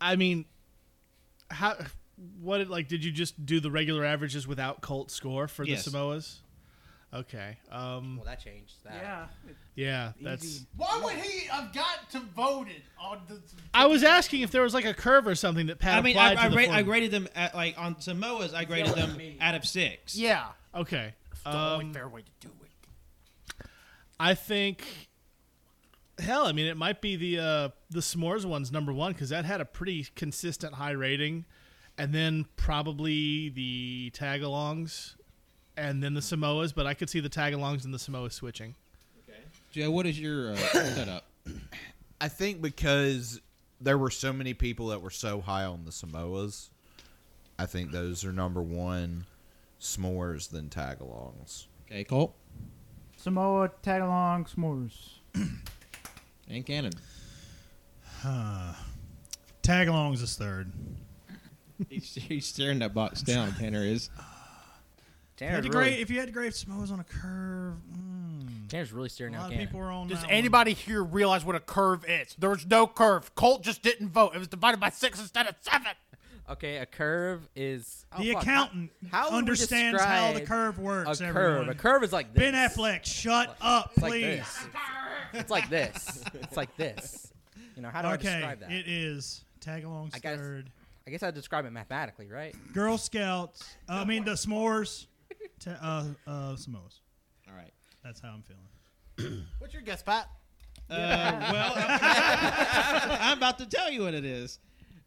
Speaker 5: I mean, how? What? Like, did you just do the regular averages without Colt score for
Speaker 3: Yes.
Speaker 5: the Samoas? Okay. Um.
Speaker 4: Well, that changed that.
Speaker 2: Yeah.
Speaker 5: Yeah. That's.
Speaker 7: Why would he have got to voted on the?
Speaker 5: I was asking if there was like a curve or something that Pat
Speaker 3: I mean, I,
Speaker 5: applied
Speaker 3: I,
Speaker 5: to the
Speaker 3: rate, I
Speaker 5: form.
Speaker 3: graded them at, like on Samoa's. I graded them out of six.
Speaker 7: Yeah,
Speaker 5: Okay.
Speaker 7: the only
Speaker 5: Um,
Speaker 7: fair way to do it.
Speaker 5: I think. Hell, I mean, it might be the uh, the s'mores one's number one because that had a pretty consistent high rating, and then probably the tagalongs, and then the Samoas. But I could see the tagalongs and the Samoas switching.
Speaker 3: Joe, what is your uh, setup?
Speaker 6: I think because there were so many people that were so high on the Samoas, I think those are number one s'mores than tagalongs.
Speaker 3: Okay, Colt
Speaker 2: Samoa tagalong s'mores.
Speaker 3: and Cannon.
Speaker 8: Tagalongs is third.
Speaker 3: He's, he's staring that box down. Tanner is.
Speaker 8: If you
Speaker 4: Tanner's
Speaker 8: had to
Speaker 4: really,
Speaker 8: grade- if you had to grade Samoa's on a curve, mm,
Speaker 4: Tanner's really
Speaker 8: a
Speaker 4: staring
Speaker 8: lot
Speaker 4: out.
Speaker 8: of
Speaker 4: Cannon.
Speaker 8: people are on.
Speaker 7: Does
Speaker 8: that one.
Speaker 7: anybody here realize what a curve is? There was no curve. Colt just didn't vote. It was divided by six instead of seven.
Speaker 4: Okay, a curve is oh,
Speaker 8: The
Speaker 4: fuck.
Speaker 8: accountant
Speaker 4: How would we
Speaker 8: understands how the
Speaker 4: describe
Speaker 8: curve
Speaker 4: A
Speaker 8: works.
Speaker 4: curve.
Speaker 8: everyone.
Speaker 4: A curve is like this.
Speaker 8: Ben Affleck, shut up,
Speaker 4: It's like
Speaker 8: please.
Speaker 4: this. It's like this. It's like this. You know how do I
Speaker 8: okay,
Speaker 4: describe that?
Speaker 8: it is tagalongs
Speaker 4: I guess-
Speaker 8: third.
Speaker 4: I guess I describe it mathematically, right?
Speaker 8: Girl Scouts. I mean the s'mores. Ta- uh, uh, Samoa's.
Speaker 3: All right.
Speaker 8: That's how I'm feeling.
Speaker 7: What's your guess, Pat?
Speaker 3: Uh, well, I'm, I'm about to tell you what it is.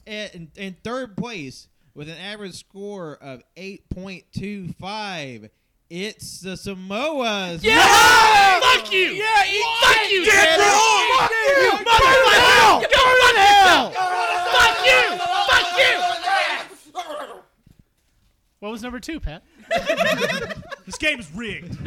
Speaker 3: In, in third place with an average score of eight point two five, it's the Samoas. Yeah.
Speaker 5: Fuck you! Yeah, fuck you,
Speaker 4: Tanner!
Speaker 5: Fuck you, motherfucker! Go to hell! Fuck you! Fuck you! What was number two, Pat?
Speaker 8: This game's rigged.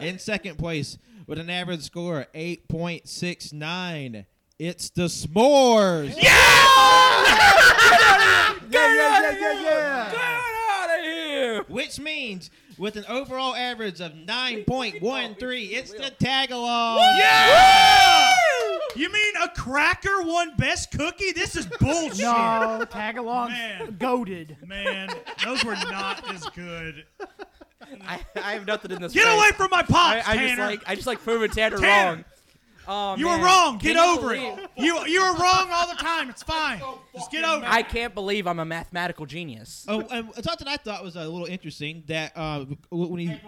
Speaker 3: In second place with an average score of eight point six nine, It's the s'mores. Yeah!
Speaker 6: Yeah, yeah, yeah, yeah, yeah.
Speaker 4: out of here!
Speaker 3: Which means, with an overall average of 9.13, it's the Tagalong.
Speaker 8: You mean a cracker won best cookie? This is bullshit.
Speaker 2: No, tag along.
Speaker 8: Man.
Speaker 2: Goaded.
Speaker 8: Man, those were not as good.
Speaker 4: I, I have nothing in this.
Speaker 8: Get
Speaker 4: race.
Speaker 8: away from my
Speaker 4: I,
Speaker 8: pops,
Speaker 4: I just
Speaker 8: Tanner.
Speaker 4: like I just like proving Tanner,
Speaker 8: Tanner!
Speaker 4: wrong. Oh,
Speaker 8: you
Speaker 4: man.
Speaker 8: were wrong. Get
Speaker 4: Can you
Speaker 8: over
Speaker 4: believe-
Speaker 8: it. You you were wrong all the time. It's fine. Just get over it.
Speaker 4: I can't believe I'm a mathematical genius.
Speaker 3: Oh, and something I thought was a little interesting that uh, when he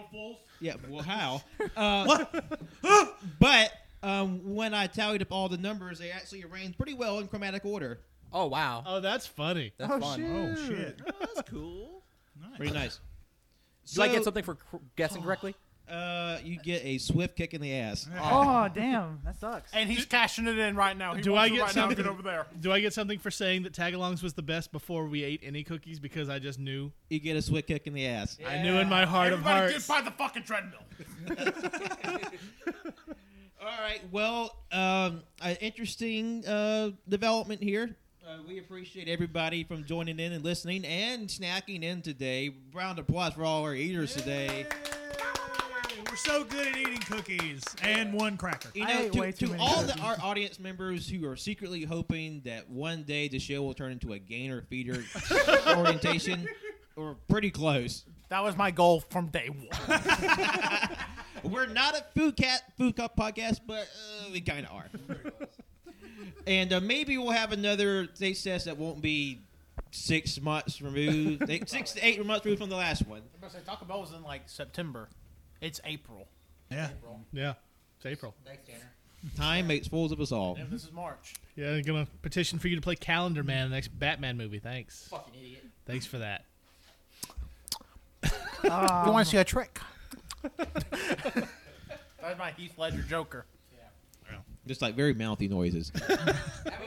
Speaker 3: yeah, well, how? Uh,
Speaker 8: What?
Speaker 3: But um, when I tallied up all the numbers, they actually arranged pretty well in chromatic order.
Speaker 4: Oh wow,
Speaker 5: Oh, that's funny.
Speaker 4: that's fun.
Speaker 8: Oh shit.
Speaker 3: Pretty nice.
Speaker 4: Did I get something for cr- guessing correctly?
Speaker 3: Uh, you get a swift kick in the ass.
Speaker 2: Oh, damn. That sucks.
Speaker 7: And he's cashing it in right now. He
Speaker 5: Do
Speaker 7: wants
Speaker 5: I
Speaker 7: it
Speaker 5: get
Speaker 7: right now to
Speaker 5: something?
Speaker 7: Get over there.
Speaker 5: Do I get something for saying that Tagalongs was the best before we ate any cookies because I just knew?
Speaker 3: You get a swift kick in the ass.
Speaker 5: I knew in my heart
Speaker 7: Everybody
Speaker 5: of
Speaker 7: get
Speaker 5: hearts.
Speaker 7: by the fucking treadmill.
Speaker 3: All right. Well, um, an interesting uh, development here. Uh, we appreciate everybody from joining in and listening and snacking in today. Round of applause for all our eaters today.
Speaker 8: We're so good at eating cookies and one cracker.
Speaker 3: You
Speaker 2: I
Speaker 3: know,
Speaker 2: ate
Speaker 3: to,
Speaker 2: way too
Speaker 3: to
Speaker 2: many
Speaker 3: all the, our audience members who are secretly hoping that one day the show will turn into a gainer feeder orientation, or pretty close.
Speaker 7: That was my goal from day one.
Speaker 3: We're not a food cat food cup podcast, but uh, we kind of are. and uh, maybe we'll have another taste test that won't be six months removed, eh, six to eight months removed from the last one.
Speaker 7: Taco Bell was in like September. It's April.
Speaker 8: Yeah.
Speaker 5: yeah, it's April.
Speaker 1: Thanks, Tanner.
Speaker 3: Time makes fools of us all.
Speaker 7: And this is March.
Speaker 5: Yeah, I'm gonna petition for you to play Calendar Man, the next Batman movie. Thanks,
Speaker 1: Fucking idiot.
Speaker 5: thanks for that.
Speaker 2: Uh,
Speaker 7: want to see a trick? that was my Heath Ledger Joker.
Speaker 3: Just like very mouthy noises.
Speaker 1: I mean,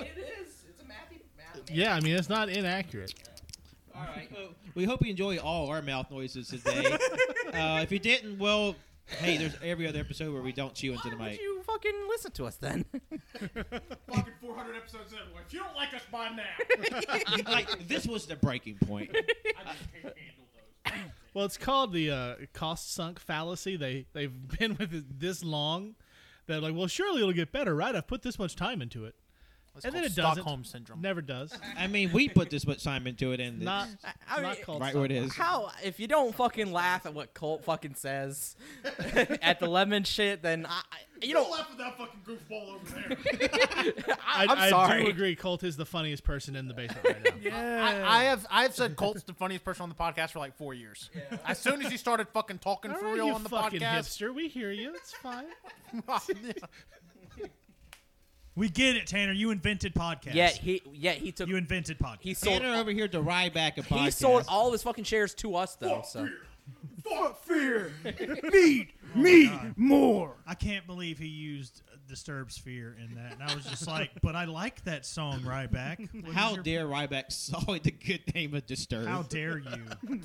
Speaker 1: it is. It's a mathy. math-
Speaker 5: Yeah, I mean it's not inaccurate.
Speaker 3: All right. Well, we hope you enjoy all our mouth noises today. uh, if you didn't, well, hey, there's every other episode where we don't chew into the
Speaker 4: Why
Speaker 3: mic.
Speaker 4: would you fucking listen to us then?
Speaker 7: Fucking 400 episodes in. If you don't like us by now,
Speaker 3: like, this was the breaking point.
Speaker 7: I just can't handle those.
Speaker 5: Well, it's called the uh, cost sunk fallacy. They they've been with it this long. They're like, well, surely it'll get better, right? I've put this much time into it.
Speaker 7: That's
Speaker 5: And then
Speaker 7: called
Speaker 5: it doesn't.
Speaker 7: Stockholm syndrome.
Speaker 5: Never does.
Speaker 3: I mean, we put this much time into it, and
Speaker 5: Not,
Speaker 3: it's
Speaker 4: I
Speaker 5: not
Speaker 4: mean,
Speaker 5: called
Speaker 3: right where it is.
Speaker 4: How if you don't fucking laugh at what Colt fucking says at the lemon shit, then I, I- you don't.
Speaker 7: laugh at that fucking goofball over there.
Speaker 4: I,
Speaker 5: I,
Speaker 4: I'm
Speaker 5: I do
Speaker 4: sorry.
Speaker 5: agree. Colt is the funniest person in the basement right now.
Speaker 7: I, I have I have said Colt's the funniest person on the podcast for like four years. As soon as he started fucking talking
Speaker 5: All
Speaker 7: for
Speaker 5: right,
Speaker 7: real
Speaker 5: you
Speaker 7: on the
Speaker 5: fucking
Speaker 7: podcast,
Speaker 5: hipster. We hear you. It's fine.
Speaker 8: We get it, Tanner. You invented podcasts.
Speaker 4: Yet he, yet he took,
Speaker 8: you invented podcasts.
Speaker 4: he sold,
Speaker 3: Tanner over here to ride back a podcast.
Speaker 4: he sold all of his fucking shares to us though. So Oh
Speaker 2: more.
Speaker 8: I can't believe he used Disturbed Sphere in that. And I was just like, but I like that song, Ryback. What is
Speaker 3: How
Speaker 8: your-
Speaker 3: dare Ryback solid the good name of Disturbed?
Speaker 8: How dare you?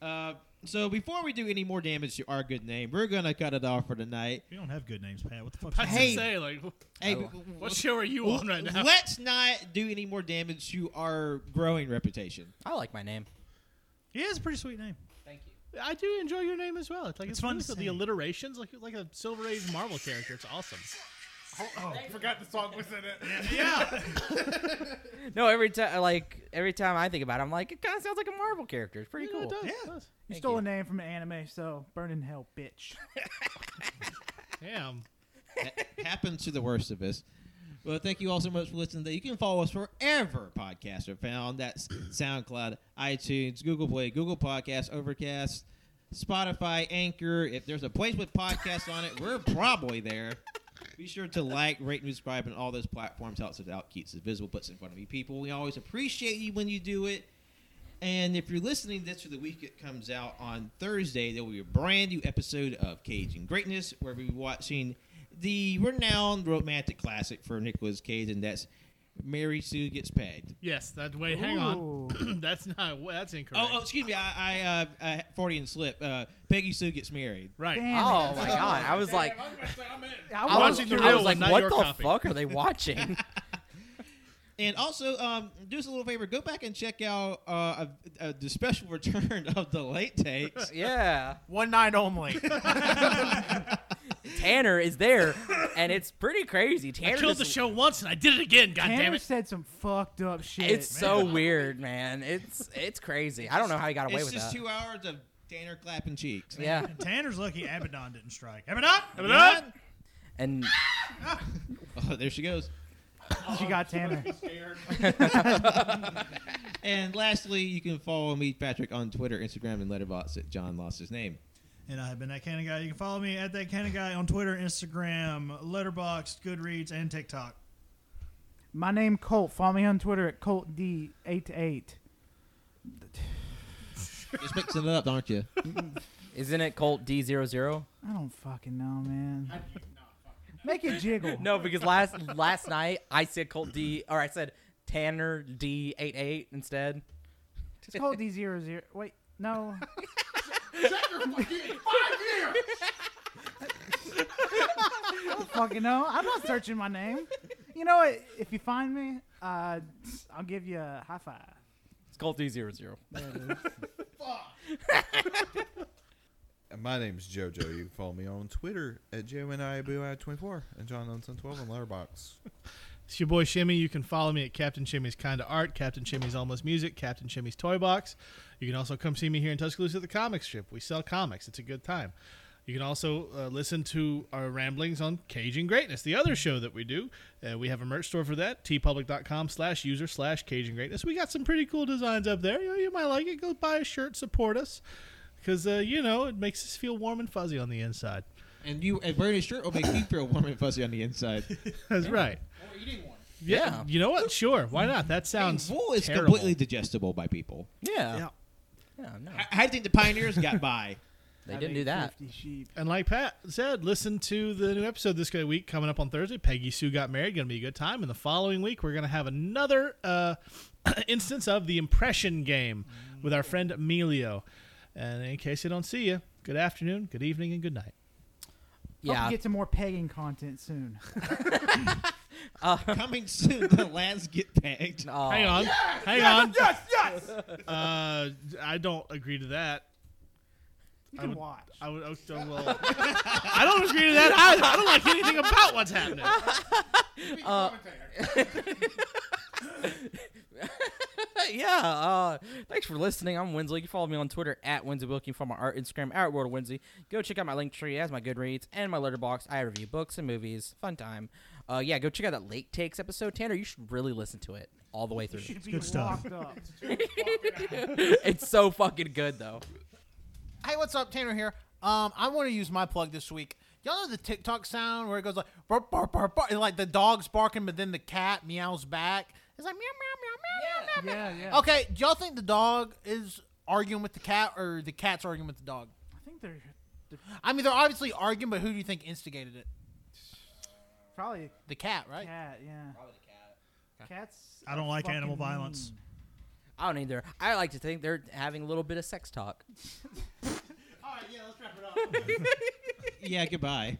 Speaker 3: Uh, so before we do any more damage to our good name, we're gonna cut it off for tonight.
Speaker 8: We don't have good names, Pat. What the fuck?
Speaker 5: I was
Speaker 3: Hey.
Speaker 5: hey, say, like,
Speaker 3: Hey,
Speaker 8: Oh.
Speaker 5: what show are you on right now?
Speaker 3: let's not do any more damage to our growing reputation.
Speaker 4: I like my name.
Speaker 8: He has a pretty sweet name.
Speaker 1: Thank you.
Speaker 5: I do enjoy your name as well. It's like
Speaker 8: It's
Speaker 5: it's,
Speaker 8: fun
Speaker 5: fun.
Speaker 8: to
Speaker 5: the
Speaker 8: say.
Speaker 5: alliterations, like like a Silver Age Marvel character. It's awesome.
Speaker 7: I forgot the song was in it.
Speaker 4: No, every time, like every time I think about it, I'm like, it kind of sounds like a Marvel character. It's pretty
Speaker 5: Yeah,
Speaker 4: cool.
Speaker 5: it does, it
Speaker 8: Yeah.
Speaker 5: does.
Speaker 2: You
Speaker 4: Thank
Speaker 2: stole
Speaker 4: you.
Speaker 2: a name from an anime, so burn in hell, bitch.
Speaker 5: Damn.
Speaker 3: that happens to the worst of us. Well, thank you all so much for listening. Today. You can follow us wherever podcasts are found. That's SoundCloud, iTunes, Google Play, Google Podcasts, Overcast, Spotify, Anchor. If there's a place with podcasts on it, we're probably there. Be sure to like, rate, and subscribe on all those platforms. Helps us out, keeps us visible, puts us in front of you people. We always appreciate you when you do it. And if you're listening this for the week it comes out on Thursday, there will be a brand new episode of Cajun Greatness where we'll be watching the renowned romantic classic for Nicolas Cage, and that's Mary Sue gets pegged.
Speaker 5: Yes, that way. Hang on. that's not. That's incorrect.
Speaker 3: Oh, oh, excuse me. I, I, uh, I Freudian slip. Uh, Peggy Sue gets married.
Speaker 5: right.
Speaker 2: Damn.
Speaker 4: Oh my god! I was like, I was,
Speaker 5: Watching the
Speaker 4: I
Speaker 5: real
Speaker 4: was like,
Speaker 5: one, not
Speaker 4: what
Speaker 5: your
Speaker 4: the
Speaker 5: copy.
Speaker 4: fuck are they watching?
Speaker 3: And also, um, do us a little favor. Go back and check out uh, uh, uh, the special return of the late takes.
Speaker 4: yeah,
Speaker 7: One night only.
Speaker 4: Tanner is there, and it's pretty crazy.
Speaker 5: I
Speaker 4: Tanner
Speaker 5: killed the
Speaker 4: just-
Speaker 5: show once and I did it again. God damn
Speaker 2: Tanner
Speaker 5: it!
Speaker 2: said some fucked up shit.
Speaker 4: It's so weird, man. It's it's crazy. I don't know how he got away
Speaker 3: It's
Speaker 4: with
Speaker 3: just
Speaker 4: that.
Speaker 3: two hours of Tanner clapping cheeks.
Speaker 4: yeah,
Speaker 8: Tanner's lucky Abaddon didn't strike. Abaddon!
Speaker 5: Abaddon!
Speaker 4: and
Speaker 3: Oh, there she goes.
Speaker 2: She got Tanner.
Speaker 3: And lastly, you can follow me, Patrick, on Twitter, Instagram, and Letterboxd at John Lost His Name.
Speaker 8: And I have been that kind of guy. You can follow me at that kind of guy on Twitter, Instagram, Letterboxd, Goodreads, and TikTok.
Speaker 2: My name Colt. Follow me on Twitter at ColtD88.
Speaker 3: Just mixing it up, aren't you?
Speaker 4: isn't it Colt D 0
Speaker 2: I don't fucking know, man. Make it jiggle.
Speaker 4: No, because last last night I said Colt D, or I said Tanner D 88 instead.
Speaker 2: It's Colt D00. Wait, no. I don't fucking know. I'm not searching my name. You know what? If you find me, uh, I'll give you a high five.
Speaker 4: It's Colt D 0
Speaker 9: My name's JoJo. You can follow me on Twitter at JONIABUI24 and John Unson 12 on Letterbox.
Speaker 5: It's your boy Shimmy. You can follow me at Captain Shimmy's Kinda Art, Captain Shimmy's Almost Music, Captain Shimmy's Toy Box. You can also come see me here in Tuscaloosa at the comic strip. We sell comics. It's a good time. You can also uh, listen to our ramblings on Cajun Greatness, the other show that we do. Uh, we have a merch store for that, tpublic.com slash user slash Cajun Greatness. We got some pretty cool designs up there. You, know, you might like it. Go buy a shirt, support us, because, uh, you know, it makes us feel warm and fuzzy on the inside.
Speaker 3: And you and wearing a shirt will make you feel warm and fuzzy on the inside.
Speaker 5: That's right.
Speaker 7: Or eating one.
Speaker 5: Yeah,
Speaker 4: Yeah.
Speaker 5: You know what? Sure. Why not? That sounds
Speaker 3: Wool is
Speaker 5: terrible.
Speaker 3: completely digestible by people.
Speaker 4: Yeah.
Speaker 5: Yeah.
Speaker 4: Yeah, no.
Speaker 3: I, I think the pioneers got by.
Speaker 4: They didn't do that.
Speaker 2: 50 sheep.
Speaker 5: And like Pat said, listen to the new episode this week coming up on Thursday. Peggy Sue got married. Going to be a good time. And the following week, we're going to have another uh, instance of the impression game with our friend Emilio. And in case I don't see you, good afternoon, good evening, and good night.
Speaker 2: Hope
Speaker 4: Yeah.
Speaker 2: you get some more pegging content soon.
Speaker 3: Coming soon, the lads get pegged.
Speaker 4: Oh,
Speaker 5: hang on, hang on. Yes, yes. Uh, I don't agree to that.
Speaker 2: You
Speaker 5: I
Speaker 2: can
Speaker 5: would-
Speaker 2: watch.
Speaker 5: I would. I would- well, I don't agree to that either. I don't like anything about what's happening.
Speaker 4: yeah. Uh, thanks for listening. I'm Winsley. You can follow me on Twitter at Winsley Wilkie. Follow my art Instagram at World of Winsley. Go check out my link tree as my Goodreads and my Letterbox. I review books and movies. Fun time. Uh, yeah, go check out that late takes episode. Tanner, you should really listen to it all the way through.
Speaker 2: Should be
Speaker 8: good stuff.
Speaker 2: locked up.
Speaker 4: it's so fucking good though.
Speaker 7: Hey, what's up? Tanner here. Um, I want to use my plug this week. Y'all know the TikTok sound where it goes like bark, bark, bark, bark, and like the dog's barking, but then the cat meows back. It's like meow, meow, meow, meow, meow, meow.
Speaker 2: Yeah, yeah.
Speaker 7: Okay, do y'all think the dog is arguing with the cat or the cat's arguing with the dog?
Speaker 2: I think they're
Speaker 7: I mean, they're obviously arguing, but who do you think instigated it?
Speaker 2: probably
Speaker 7: The cat, right?
Speaker 2: cat, yeah. Probably the cat. Cats.
Speaker 8: I don't
Speaker 2: are
Speaker 8: like animal
Speaker 2: fucking
Speaker 8: violence.
Speaker 2: mean.
Speaker 4: I don't either. I like to think they're having a little bit of sex talk.
Speaker 7: All right, yeah, let's wrap it up.
Speaker 3: Yeah, goodbye.